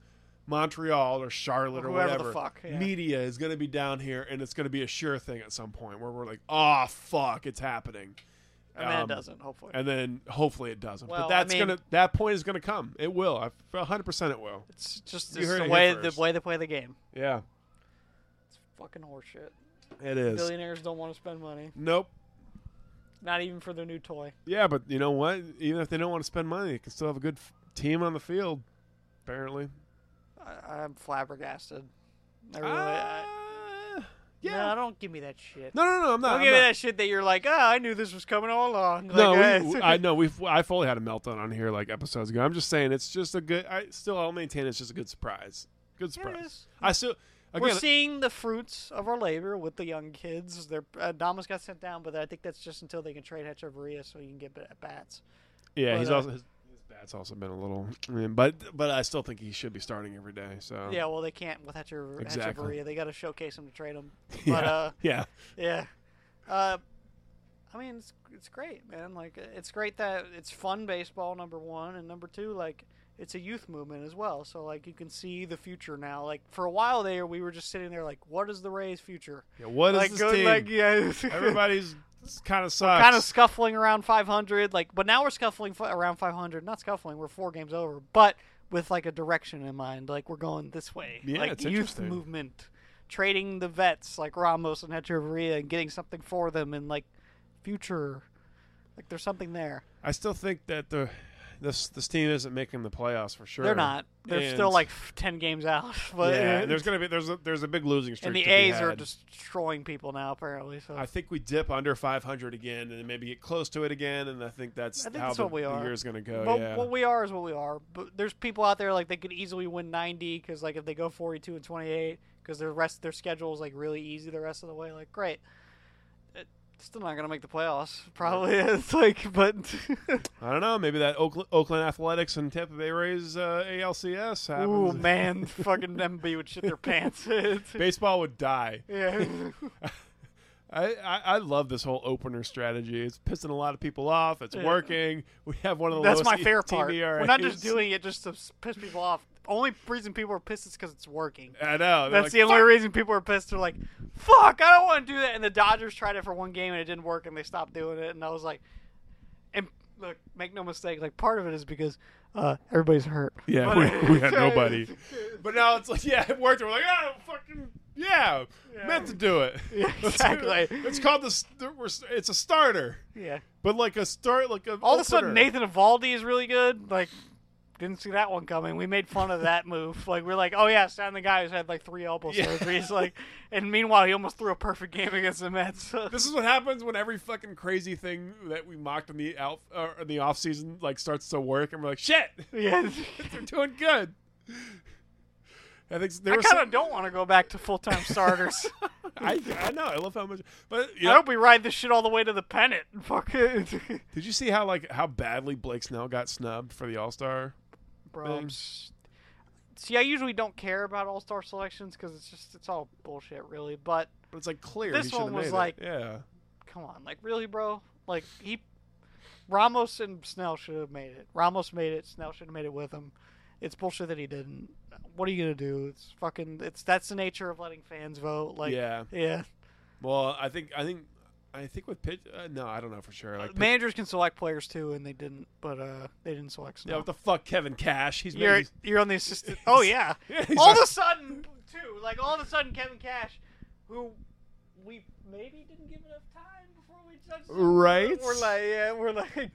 S1: Montreal or Charlotte or
S2: Whoever the
S1: whatever
S2: fuck, yeah.
S1: media is going to be down here, and it's going to be a sure thing at some point where we're like, oh fuck, it's happening.
S2: And then
S1: Um,
S2: it doesn't, hopefully.
S1: and then hopefully it doesn't.
S2: Well, I
S1: but that's
S2: mean-
S1: gonna that point is going to come. It will. I 100% it will.
S2: It's just
S1: You
S2: it's
S1: heard it
S2: the
S1: here
S2: way the
S1: first.
S2: way they play the game.
S1: Yeah,
S2: It's fucking horseshit.
S1: it is.
S2: Billionaires don't want to spend money,
S1: Nope.
S2: not even for their new toy.
S1: Yeah, but you know what? Even if they don't want to spend money, they can still have a good f- team on the field. Apparently,
S2: I, I'm flabbergasted. I really, I,
S1: Ah, Uh, yeah.
S2: No, don't give me that shit.
S1: No, no, no, I'm not.
S2: don't
S1: I'm
S2: give me
S1: not.
S2: that shit that you're like, oh, I knew this was coming all along. Like,
S1: No,
S2: eh,
S1: we, I know we've I fully had a meltdown on here like episodes ago. I'm just saying it's just a good. I still I'll maintain it's just a good surprise. Good
S2: Yeah, it
S1: surprise.
S2: is.
S1: I still
S2: We're
S1: again.
S2: seeing the fruits of our labor with the young kids. Their uh, Adamas got sent down, but I think that's just until they can trade Hecheveria so you can get at bats.
S1: yeah,
S2: but,
S1: he's
S2: uh,
S1: also his, his bat's also been a little, I mean, but but I still think he should be starting every day. So
S2: Yeah, well, they can't with Hecheveria.
S1: Oh. Exactly.
S2: They got to showcase him to trade him. But
S1: yeah,
S2: uh,
S1: yeah.
S2: Yeah. Uh, I mean, it's it's great, man. Like, it's great that it's fun baseball. Number one, and number two, like, it's a youth movement as well. So like, you can see the future now. Like, for a while there, we were just sitting there like, what is the Rays' future?
S1: Yeah, What is
S2: like,
S1: this
S2: good-
S1: team?
S2: like, yeah,
S1: Everybody's kind of sucks.
S2: kind of scuffling around 500. Like, but now we're scuffling fi- around 500. Not scuffling. We're four games over, but with like a direction in mind. Like, we're going this way.
S1: Yeah,
S2: like
S1: it's
S2: youth
S1: interesting.
S2: movement, trading the vets like Ramos and Echeverria and getting something for them and like future. Like, there's something there.
S1: I still think that the this this team isn't making the playoffs for sure.
S2: They're not. They're still
S1: And-
S2: like f- ten games out.
S1: Yeah,
S2: But
S1: and there's gonna be there's a there's a big losing streak.
S2: and the
S1: to be
S2: A's are
S1: had.
S2: just destroying people now apparently. So
S1: I think we dip under 500 again, and then maybe get close to it again, and I think that's
S2: I think
S1: how
S2: that's
S1: the,
S2: what we
S1: the
S2: are.
S1: year's gonna go.
S2: But
S1: Oh, yeah.
S2: what we are is what we are. But there's people out there like they could easily win 90 because like if they go 42 and 28 because their rest their schedule is like really easy the rest of the way. Like great, It- still not gonna make the playoffs probably. it's like but
S1: I don't know. Maybe that Oakland, Oakland Athletics and Tampa Bay Rays uh, ALCS
S2: ooh
S1: happens.
S2: man, fucking MB would shit their pants. It's-
S1: Baseball would die.
S2: yeah,
S1: I, I, I love this whole opener strategy. It's pissing a lot of people off. It's working. We have one of the
S2: that's
S1: lowest E
S2: my fair
S1: team
S2: part. We're not just
S1: ERAs.
S2: doing it just to s- piss people off. Only reason people are pissed is because it's working.
S1: I know. They're
S2: That's
S1: like,
S2: the only
S1: "Fuck
S2: reason people are pissed. They're like, "Fuck, I don't want to do that." And the Dodgers tried it for one game and it didn't work, and they stopped doing it. And I was like, "And look, make no mistake, like part of it is because uh, everybody's hurt."
S1: Yeah,
S2: But-
S1: we, we had nobody. But now it's like, yeah, it worked. We're like, oh, fucking, yeah, meant to do it.
S2: Yeah,
S1: Let's do it.
S2: exactly.
S1: It's called the. st- We're, s- it's a starter,
S2: yeah.
S1: but like a start, like a.
S2: All of a sudden, Nathan Evaldi is really good. Like, didn't see that one coming. We made fun of that move. Like, we're like, "Oh yeah, sign the guy who's had like three elbow
S1: Yeah.
S2: surgeries." Like, and meanwhile, he almost threw a perfect game against the Mets.
S1: This is what happens when every fucking crazy thing that we mocked in the out or in the off season like starts to work, and we're like, shit,
S2: yeah.
S1: they're doing good. I think there
S2: I
S1: was.
S2: kind of don't want to go back to full time starters.
S1: I, I know. I love how much. But you
S2: I
S1: know,
S2: hope we ride this shit all the way to the pennant. Fuck it.
S1: did you see how like how badly Blake Snell got snubbed for the All Star?
S2: Bro, I'm
S1: Thanks.
S2: s- see, I usually don't care about all star selections because it's just, it's all bullshit, really. But
S1: But it's like clear.
S2: This
S1: he should've
S2: one was
S1: made it.
S2: like-
S1: yeah.
S2: come on. Like, really, bro? Like, he. Ramos and Snell should have made it. Ramos made it. Snell should have made it with him. It's bullshit that he didn't. What are you gonna do? It's fucking. It's that's the nature of letting fans vote. Like
S1: Yeah.
S2: yeah.
S1: Well, I think I think I think with Pitt. Uh, no, I don't know for sure. Like, Pitt-
S2: Managers can select players too, and they didn't. But uh, they didn't select. Snow.
S1: yeah, what the fuck, Kevin Cash? He's
S2: You're
S1: made,
S2: you're on the assistant. Oh yeah.
S1: Yeah, he's
S2: all
S1: a-
S2: of a sudden, too, like all of a sudden, Kevin Cash, who we maybe didn't give enough time before we judged. him,
S1: Right?
S2: We're like, yeah, we're like,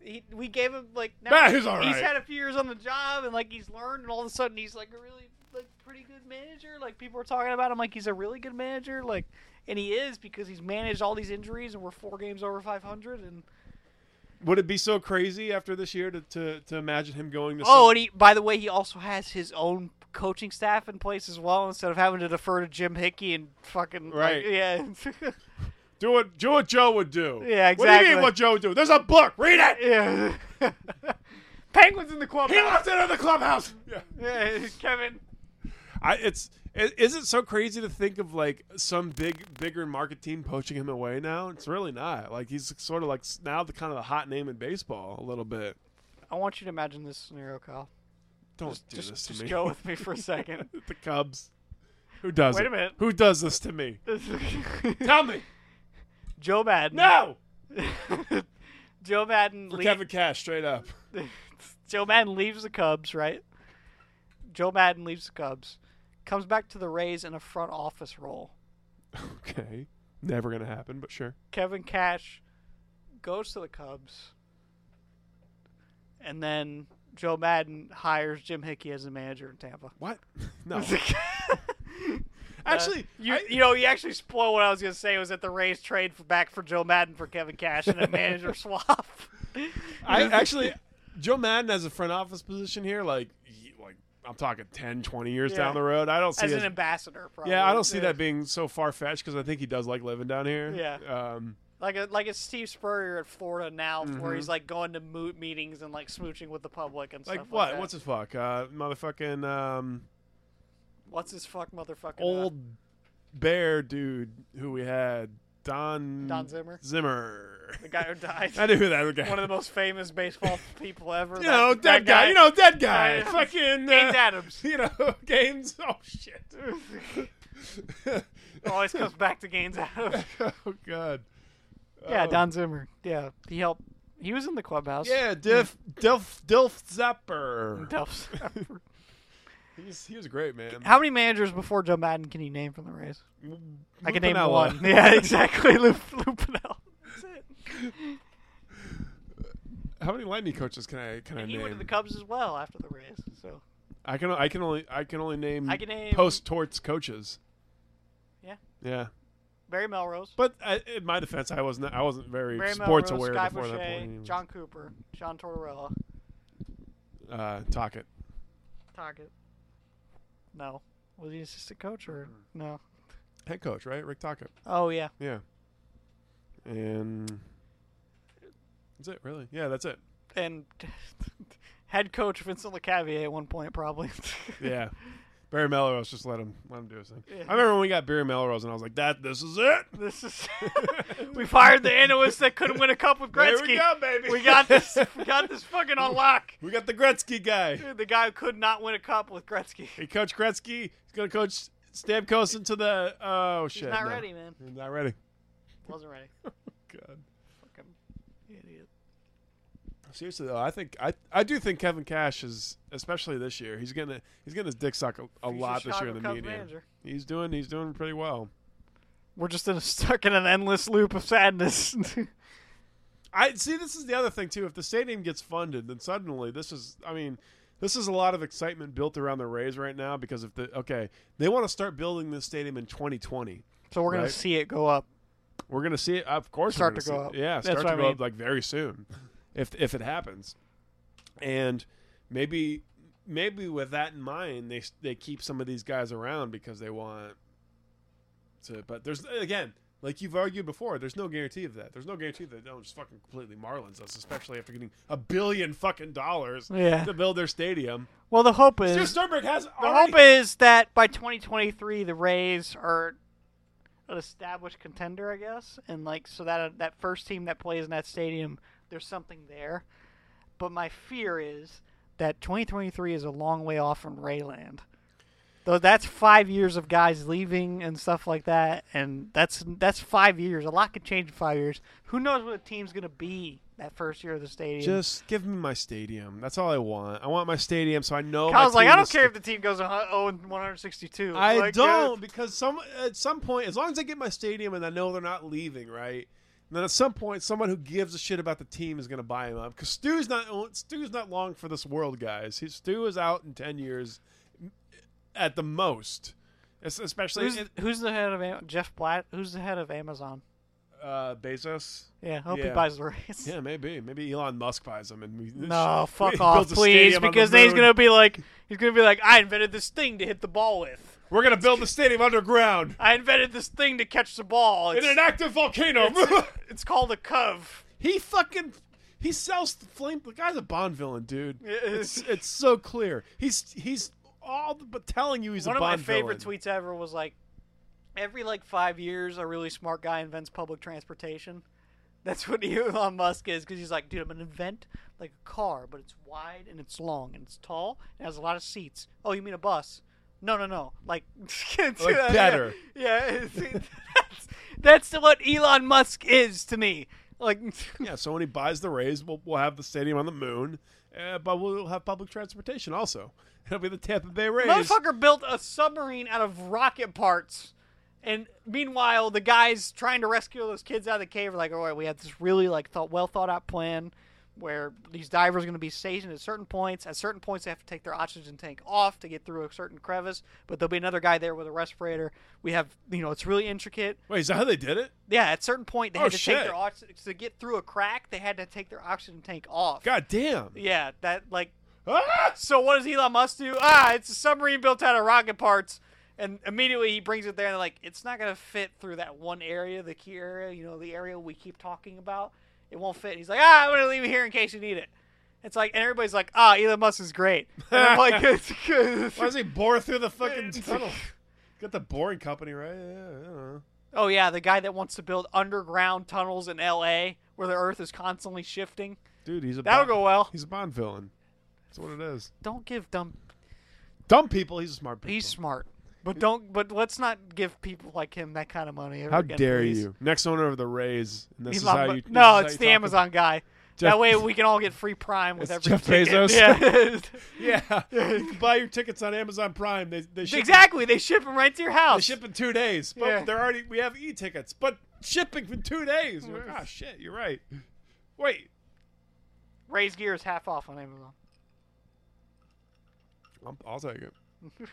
S2: he, we gave him like now
S1: Nah, he's all right.
S2: had a few years on the job and like he's learned, and all of a sudden he's like a really like pretty good manager. Like people are talking about him, like he's a really good manager. Like, and he is because he's managed all these injuries, and we're four games over 500, and.
S1: would it be so crazy after this year to, to, to imagine him going to?
S2: Oh,
S1: some-
S2: and he, by the way, he also has his own coaching staff in place as well, instead of having to defer to Jim Hickey and fucking like,
S1: Right.
S2: yeah,
S1: do what do what Joe would do.
S2: Yeah,
S1: What do you
S2: exactly.
S1: mean what Joe would do? There's a book. Read it.
S2: yeah. Penguins in the club.
S1: He left it in the clubhouse. Yeah.
S2: Yeah, Kevin.
S1: I it's it, is it so crazy to think of like some big bigger market team poaching him away now? It's really not. Like he's sort of like s- now the kind of the hot name in baseball a little bit.
S2: I want you to imagine this scenario, Kyle.
S1: Don't
S2: Just,
S1: do
S2: just,
S1: this to
S2: just
S1: me.
S2: go with me for a second.
S1: the Cubs. Who does
S2: Wait
S1: it?
S2: a minute.
S1: Who does this to me? Tell me.
S2: Joe Madden.
S1: No.
S2: Joe Madden.
S1: For
S2: lead-
S1: Kevin Cash, straight up.
S2: Joe Madden leaves the Cubs, right? Joe Madden leaves the Cubs, comes back to the Rays in a front office role.
S1: Okay. Never gonna happen, but sure.
S2: Kevin Cash goes to the Cubs, and then Joe Madden hires Jim Hickey as the manager in Tampa.
S1: What? No. Actually,
S2: Uh, You,
S1: I-
S2: you know, you actually spoiled what I was going to say was that the Rays trade for, back for Joe Madden for Kevin Cash and a manager swap.
S1: I actually, Joe Madden has a front office position here. Like, y- like I'm talking 10, 20 years
S2: Yeah.
S1: down the road. I don't see
S2: as an
S1: his-
S2: ambassador, probably.
S1: Yeah, I don't see that being so far fetched because I think he does like living down here.
S2: Yeah.
S1: Um,
S2: like a, like a Steve Spurrier at Florida now,
S1: Mm-hmm.
S2: where he's like going to moot meetings and like smooching with the public and
S1: like
S2: stuff.
S1: what?
S2: Like that.
S1: What's his fuck? Uh, motherfucking um,
S2: what's his fuck motherfucking uh,
S1: old bear dude who we had Don
S2: Don Zimmer?
S1: Zimmer.
S2: the guy who died?
S1: I knew who that guy.
S2: one of the most famous baseball people ever.
S1: you
S2: that-
S1: know,
S2: that
S1: dead guy. You know, dead guy.
S2: Yeah, yeah.
S1: Fucking
S2: James
S1: uh,
S2: Adams
S1: You know, games. Oh shit.
S2: always comes back to Gaines Adams.
S1: oh god.
S2: yeah,
S1: Oh.
S2: Don Zimmer. Yeah, he helped. He was in the clubhouse.
S1: Yeah, Diff, Dilf, Dilf Zapper.
S2: Delphs.
S1: He's, he was great, man.
S2: How many managers before Joe Madden can you name from the Rays? I can name
S1: Pinella.
S2: one. Yeah, exactly. Lou, Lou Pinella. That's it.
S1: How many lightning coaches can I can I
S2: He
S1: name?
S2: went to the Cubs as well after the Rays. So
S1: I can I can only I can only name
S2: I can name-
S1: post torts coaches.
S2: Yeah.
S1: Yeah.
S2: Barry Melrose,
S1: But I, in my defense, I wasn't I wasn't very
S2: Barry
S1: sports
S2: Melrose,
S1: aware
S2: Guy
S1: before that
S2: Boucher,
S1: point. anyway.
S2: John Cooper, John Tortorella,
S1: uh, Tockett.
S2: Target. No, was he assistant coach or
S1: Mm.
S2: no?
S1: head coach, right? Rick Tockett.
S2: Oh yeah.
S1: Yeah. And that's it, really. Yeah, that's it.
S2: and head coach Vincent LeCavier at one point probably.
S1: Yeah. Barry Melrose just let him let him do his thing.
S2: Yeah.
S1: I remember when we got Barry Melrose, and I was like, "That this is it.
S2: this is we fired the analyst that couldn't win a cup with
S1: There
S2: Gretzky.
S1: we go, baby.
S2: We got this. We got this fucking on lock.
S1: We got the Gretzky guy.
S2: The guy who could not win a cup with Gretzky.
S1: He coached Gretzky. He's gonna coach Stamkos into the oh shit.
S2: He's not
S1: no.
S2: ready, man.
S1: He's not ready.
S2: Wasn't ready.
S1: God.
S2: Fucking idiot.
S1: Seriously though, I think I I do think Kevin Cash is especially this year. He's gonna he's gonna dick suck a, a
S2: Future
S1: lot this year
S2: Chicago
S1: in the
S2: Cubs
S1: media.
S2: manager.
S1: He's doing he's doing pretty well.
S2: We're just in a, stuck in an endless loop of sadness.
S1: I see. This is the other thing too. If the stadium gets funded, then suddenly this is. I mean, this is a lot of excitement built around the Rays right now because if the okay, they want to start building this stadium in 2020.
S2: so we're gonna
S1: Right.
S2: see it go up.
S1: We're gonna see it. Of course,
S2: Start
S1: we're
S2: to
S1: gonna
S2: go
S1: see
S2: up.
S1: it. Yeah,
S2: That's
S1: start
S2: what
S1: to
S2: I
S1: go up
S2: mean.
S1: like very soon, if if it happens, and maybe maybe with that in mind, they they keep some of these guys around because they want to. But there's again, like you've argued before, there's no guarantee of that. There's no guarantee that they don't just fucking completely Marlins us, especially after getting a billion fucking dollars
S2: Yeah.
S1: to build their stadium.
S2: Well, the hope
S1: Stu
S2: is
S1: Sternberg has
S2: The
S1: already-
S2: hope is that by 2023, the Rays are an established contender, I guess, and like so that uh, that first team that plays in that stadium, there's something there. But my fear is that 2023 is a long way off from Rayland. Though that's five years of guys leaving and stuff like that, and that's that's five years. A lot could change in five years. Who knows what the team's gonna be that first year of the stadium?
S1: Just give me my stadium. That's all I want. I want my stadium so I know. my
S2: Kyle's like,
S1: team
S2: I don't
S1: is-
S2: care if the team goes 0 and 162.
S1: I
S2: Like, uh,
S1: don't because some at some point, as long as I get my stadium and I know they're not leaving, right? And then at some point, someone who gives a shit about the team is going to buy him up because Stu's not oh, Stu's not long for this world, guys. He, Stu is out in ten years at the most, Es- especially
S2: who's, who's the head of Am- Jeff Blatt? Who's the head of Amazon?
S1: uh, Bezos.
S2: Yeah, hope he
S1: Yeah.
S2: buys the race.
S1: Yeah, maybe maybe Elon Musk buys him and we,
S2: No,
S1: we
S2: fuck
S1: build
S2: off,
S1: a
S2: please,
S1: stadium on the
S2: because then he's
S1: moon.
S2: gonna be like, he's gonna be like, I invented this thing to hit the ball with.
S1: we're going to build the stadium underground
S2: I invented this thing to catch the ball.
S1: in
S2: It's,
S1: an active volcano.
S2: it's, it's called a cove.
S1: He fucking he sells the flame. The guy's a Bond villain, dude.
S2: It
S1: It's
S2: is.
S1: it's so clear. He's he's all but telling you he's
S2: One
S1: a
S2: of my
S1: Bond
S2: favorite
S1: villain.
S2: tweets ever was like, every like five years, a really smart guy invents public transportation. That's what Elon Musk is because he's like, dude, I'm gonna invent like a car, but it's wide and it's long and it's tall and has a lot of seats. Oh, you mean a bus? No, no, no. Like, it's-
S1: Like
S2: yeah,
S1: better.
S2: Yeah, it's- that's, that's what Elon Musk is to me. Like,
S1: Yeah, so when he buys the Rays, we'll we'll have the stadium on the moon, uh, but we'll have public transportation also. It'll be the Tampa Bay Rays.
S2: Motherfucker built a submarine out of rocket parts. And meanwhile, the guys trying to rescue those kids out of the cave are like, all right, we have this really like thought, well thought out plan where these divers are going to be stationed at certain points. At certain points, they have to take their oxygen tank off to get through a certain crevice, but there'll be another guy there with a respirator. We have, you know, it's really intricate.
S1: Wait, is that how they did it?
S2: Yeah, at certain point, they
S1: Oh,
S2: had to
S1: shit.
S2: take their oxygen to get through a crack. They had to take their oxygen tank off.
S1: God damn!
S2: Yeah, that like
S1: Ah!
S2: so what does Elon Musk do? Ah, it's a submarine built out of rocket parts. And immediately he brings it there and they're like, it's not gonna fit through that one area, the key area, you know, the area we keep talking about. It won't fit. He's like, ah, I'm gonna leave it here in case you need it. It's like, and everybody's like, ah, Elon Musk is great. And I'm like, it's good.
S1: Why does he bore through the fucking tunnel? Got the boring company right. Yeah, I don't know.
S2: oh yeah, the guy that wants to build underground tunnels in L.A. where the Earth is constantly shifting.
S1: Dude, he's a
S2: That'll
S1: Bond-
S2: go well.
S1: He's a Bond villain. That's what it is.
S2: Don't give dumb.
S1: Dumb people. He's a smart. People.
S2: He's smart, but don't. But let's not give people like him that kind of money. ever
S1: How
S2: again,
S1: dare
S2: please.
S1: you? Next owner of the Rays. And this
S2: Elon
S1: is how
S2: Mu-
S1: you. this is
S2: no,
S1: how
S2: it's
S1: you
S2: the
S1: talk
S2: Amazon guy.
S1: Jeff-
S2: that way we can all get free Prime with
S1: It's
S2: every
S1: Jeff
S2: ticket.
S1: Bezos.
S2: Yeah.
S1: about- Yeah, you can buy your tickets on Amazon Prime. They they ship
S2: exactly. They ship them right to your
S1: They
S2: house.
S1: ship in two days, but
S2: Yeah.
S1: they're already. We have e-tickets, but shipping in two days. You're like, ah, shit. You're right. Wait,
S2: Raise gear is half off on Amazon.
S1: I'm, I'll take it.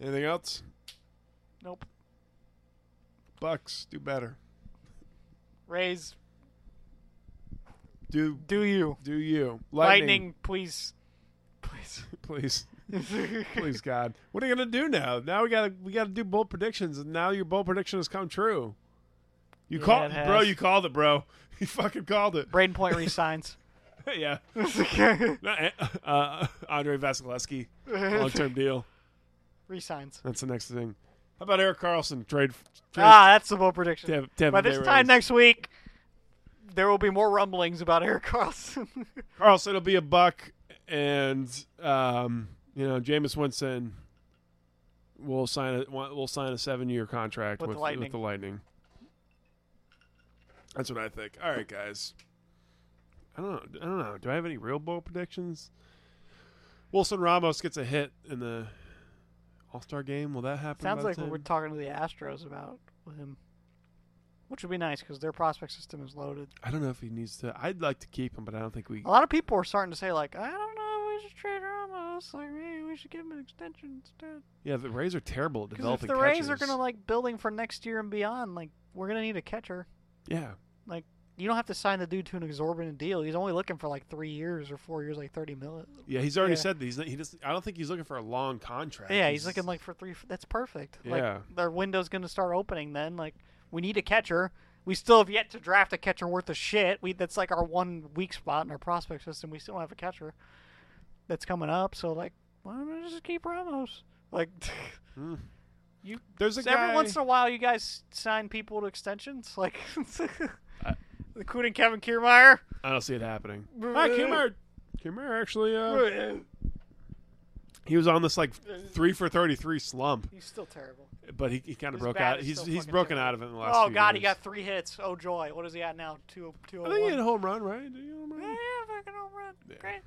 S1: Anything else?
S2: Nope.
S1: Bucks do better.
S2: Raise.
S1: Do
S2: Do you
S1: do you
S2: lightning? please, please.
S1: please. Please God, what are you gonna do now? Now we gotta we gotta do bold predictions, and now your bold prediction has come true. You
S2: Yeah,
S1: called,
S2: it has.
S1: bro. You called it, bro. You fucking called it.
S2: Braden Point resigns.
S1: yeah. No, eh, uh, Andre Vasilevsky, long term deal.
S2: resigns.
S1: That's the next thing. How about Eric Carlson trade? trade
S2: Ah, that's the bold prediction.
S1: Tam- Tampa
S2: By this
S1: Bay
S2: time
S1: Rays.
S2: next week, there will be more rumblings about Eric Carlson.
S1: Carlson will be a buck, and um, you know Jameis Winston will sign a will sign a seven year contract
S2: With
S1: with
S2: the Lightning.
S1: with the Lightning. That's what I think. All right, guys. I don't know. I don't know. Do I have any real bowl predictions? Wilson Ramos gets a hit in the All Star game. Will that happen?
S2: Sounds
S1: by
S2: like
S1: the
S2: what
S1: time?
S2: we're talking to the Astros about with him, which would be nice because their prospect system is loaded.
S1: I don't know if he needs to. I'd like to keep him, but I don't think we.
S2: A lot of people are starting to say like, I don't know, we should trade Ramos. Like, maybe we should give him an extension instead.
S1: Yeah, the Rays are terrible at
S2: Because if
S1: developing
S2: the Rays are
S1: catchers.
S2: gonna like building for next year and beyond, like we're gonna need a catcher.
S1: yeah,
S2: Like, you don't have to sign the dude to an exorbitant deal. He's only looking for like three years or four years, like thirty million.
S1: yeah, he's already
S2: Yeah.
S1: said that he's not, he just. I don't think he's looking for a long contract.
S2: Yeah, he's looking like for three. That's perfect.
S1: Yeah.
S2: Like their window's going to start opening then. Like we need a catcher. We still have yet to draft a catcher worth of shit. We that's like our one weak spot in our prospect system. We still don't have a catcher that's coming up. So like, why don't we just keep Ramos? Like, you.
S1: Hmm. There's a
S2: so every
S1: guy-
S2: once in a while, you guys sign people to extensions, like including Kevin Kiermaier.
S1: I don't see it happening. Ah, Kumar Kimmer actually, uh, he was on this like three for thirty-three slump,
S2: He's still terrible.
S1: but he, he kind of
S2: His
S1: broke
S2: bat
S1: out.
S2: is
S1: He's
S2: so
S1: he's
S2: fucking
S1: broken
S2: terrible.
S1: out of it in the last.
S2: Oh
S1: few
S2: god, he
S1: years.
S2: got three hits. Oh joy, what is he at now? Two, two.
S1: I think he had a home run, right? Did he home run?
S2: Yeah, fucking home run. Great.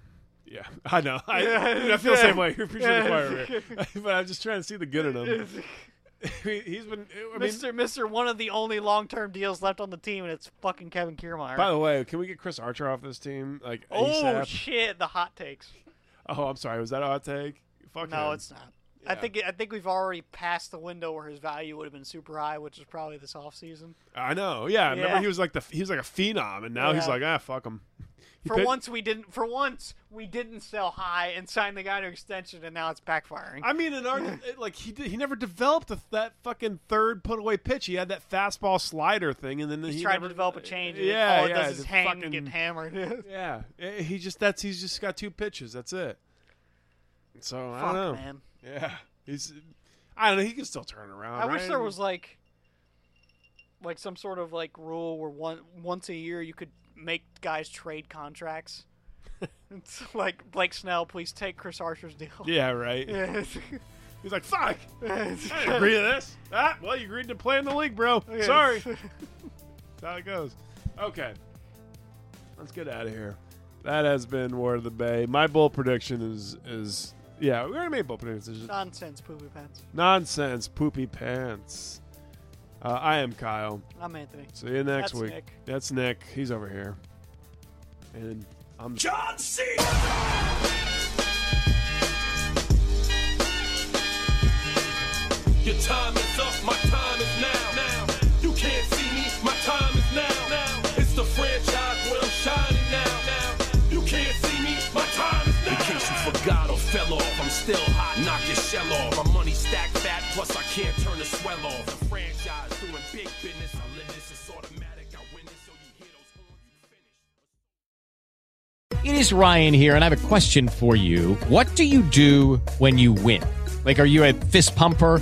S1: Yeah, I know. I, dude, I feel the same way. Appreciate the fire, Rick. but I'm just trying to see the good in him. He- He's been. I mean,
S2: Mister, Mister, one of the only long-term deals left on the team, and it's fucking Kevin Kiermaier.
S1: by the way, can we get Chris Archer off this team? Like
S2: oh
S1: ASAP?
S2: shit, the hot takes. Oh,
S1: oh, I'm sorry. Was that a hot take? Fuck
S2: No,
S1: him.
S2: it's not. I
S1: Yeah.
S2: think I think we've already passed the window where his value would have been super high, which is probably this offseason.
S1: I know. Yeah, remember
S2: Yeah.
S1: he was like the he was like a phenom, and now he's
S2: Yeah.
S1: like ah fuck him. He
S2: For
S1: picked-
S2: once we didn't. For once we didn't sell high and sign the guy to extension, and now it's backfiring.
S1: I mean, in our it- like he did, he never developed a, that fucking third put away pitch. He had that fastball slider thing, and then
S2: He's
S1: he
S2: trying
S1: never-
S2: to develop a change. And
S1: Yeah,
S2: all it
S1: yeah,
S2: does is
S1: the
S2: hang
S1: fucking-
S2: and get hammered.
S1: Yeah, Eh, he just that's he's just got two pitches. That's it. So I don't
S2: Fuck,
S1: know.
S2: man.
S1: Yeah, he's. I don't know. He can still turn around.
S2: I wish
S1: right?
S2: there was like, like some sort of like rule where one once a year you could make guys trade contracts. it's like Blake Snell, please take Chris Archer's deal.
S1: Yeah, right. He's like, fuck. I didn't agree to this. Ah, well, you agreed to play in the league, bro. Sorry. That's how it goes. Okay. Let's get out of here. That has been Word of the Bay. My bowl prediction is is yeah, we already made bowl predictions. It's just
S2: Nonsense, poopy pants.
S1: nonsense, poopy pants. Uh, I am Kyle.
S2: I'm Anthony.
S1: See you next
S2: That's
S1: week.
S2: Nick.
S1: That's Nick. He's over here. And I'm
S4: John Cena! Your time is up, my time is now. now. You can't see me, my time is now. now. It's the franchise where I'm shining now. now. You can't see me, my time is now.
S5: In case you forgot or fell off, I'm still hot. Knock your shell off. My money stacked fat, plus I can't turn the swell off. The franchise doing big business. I live this, it's automatic. I win this, so you hear those horns, you finish.
S6: It is Ryan here, and I have a question for you. What do you do when you win? Like, are you a fist pumper?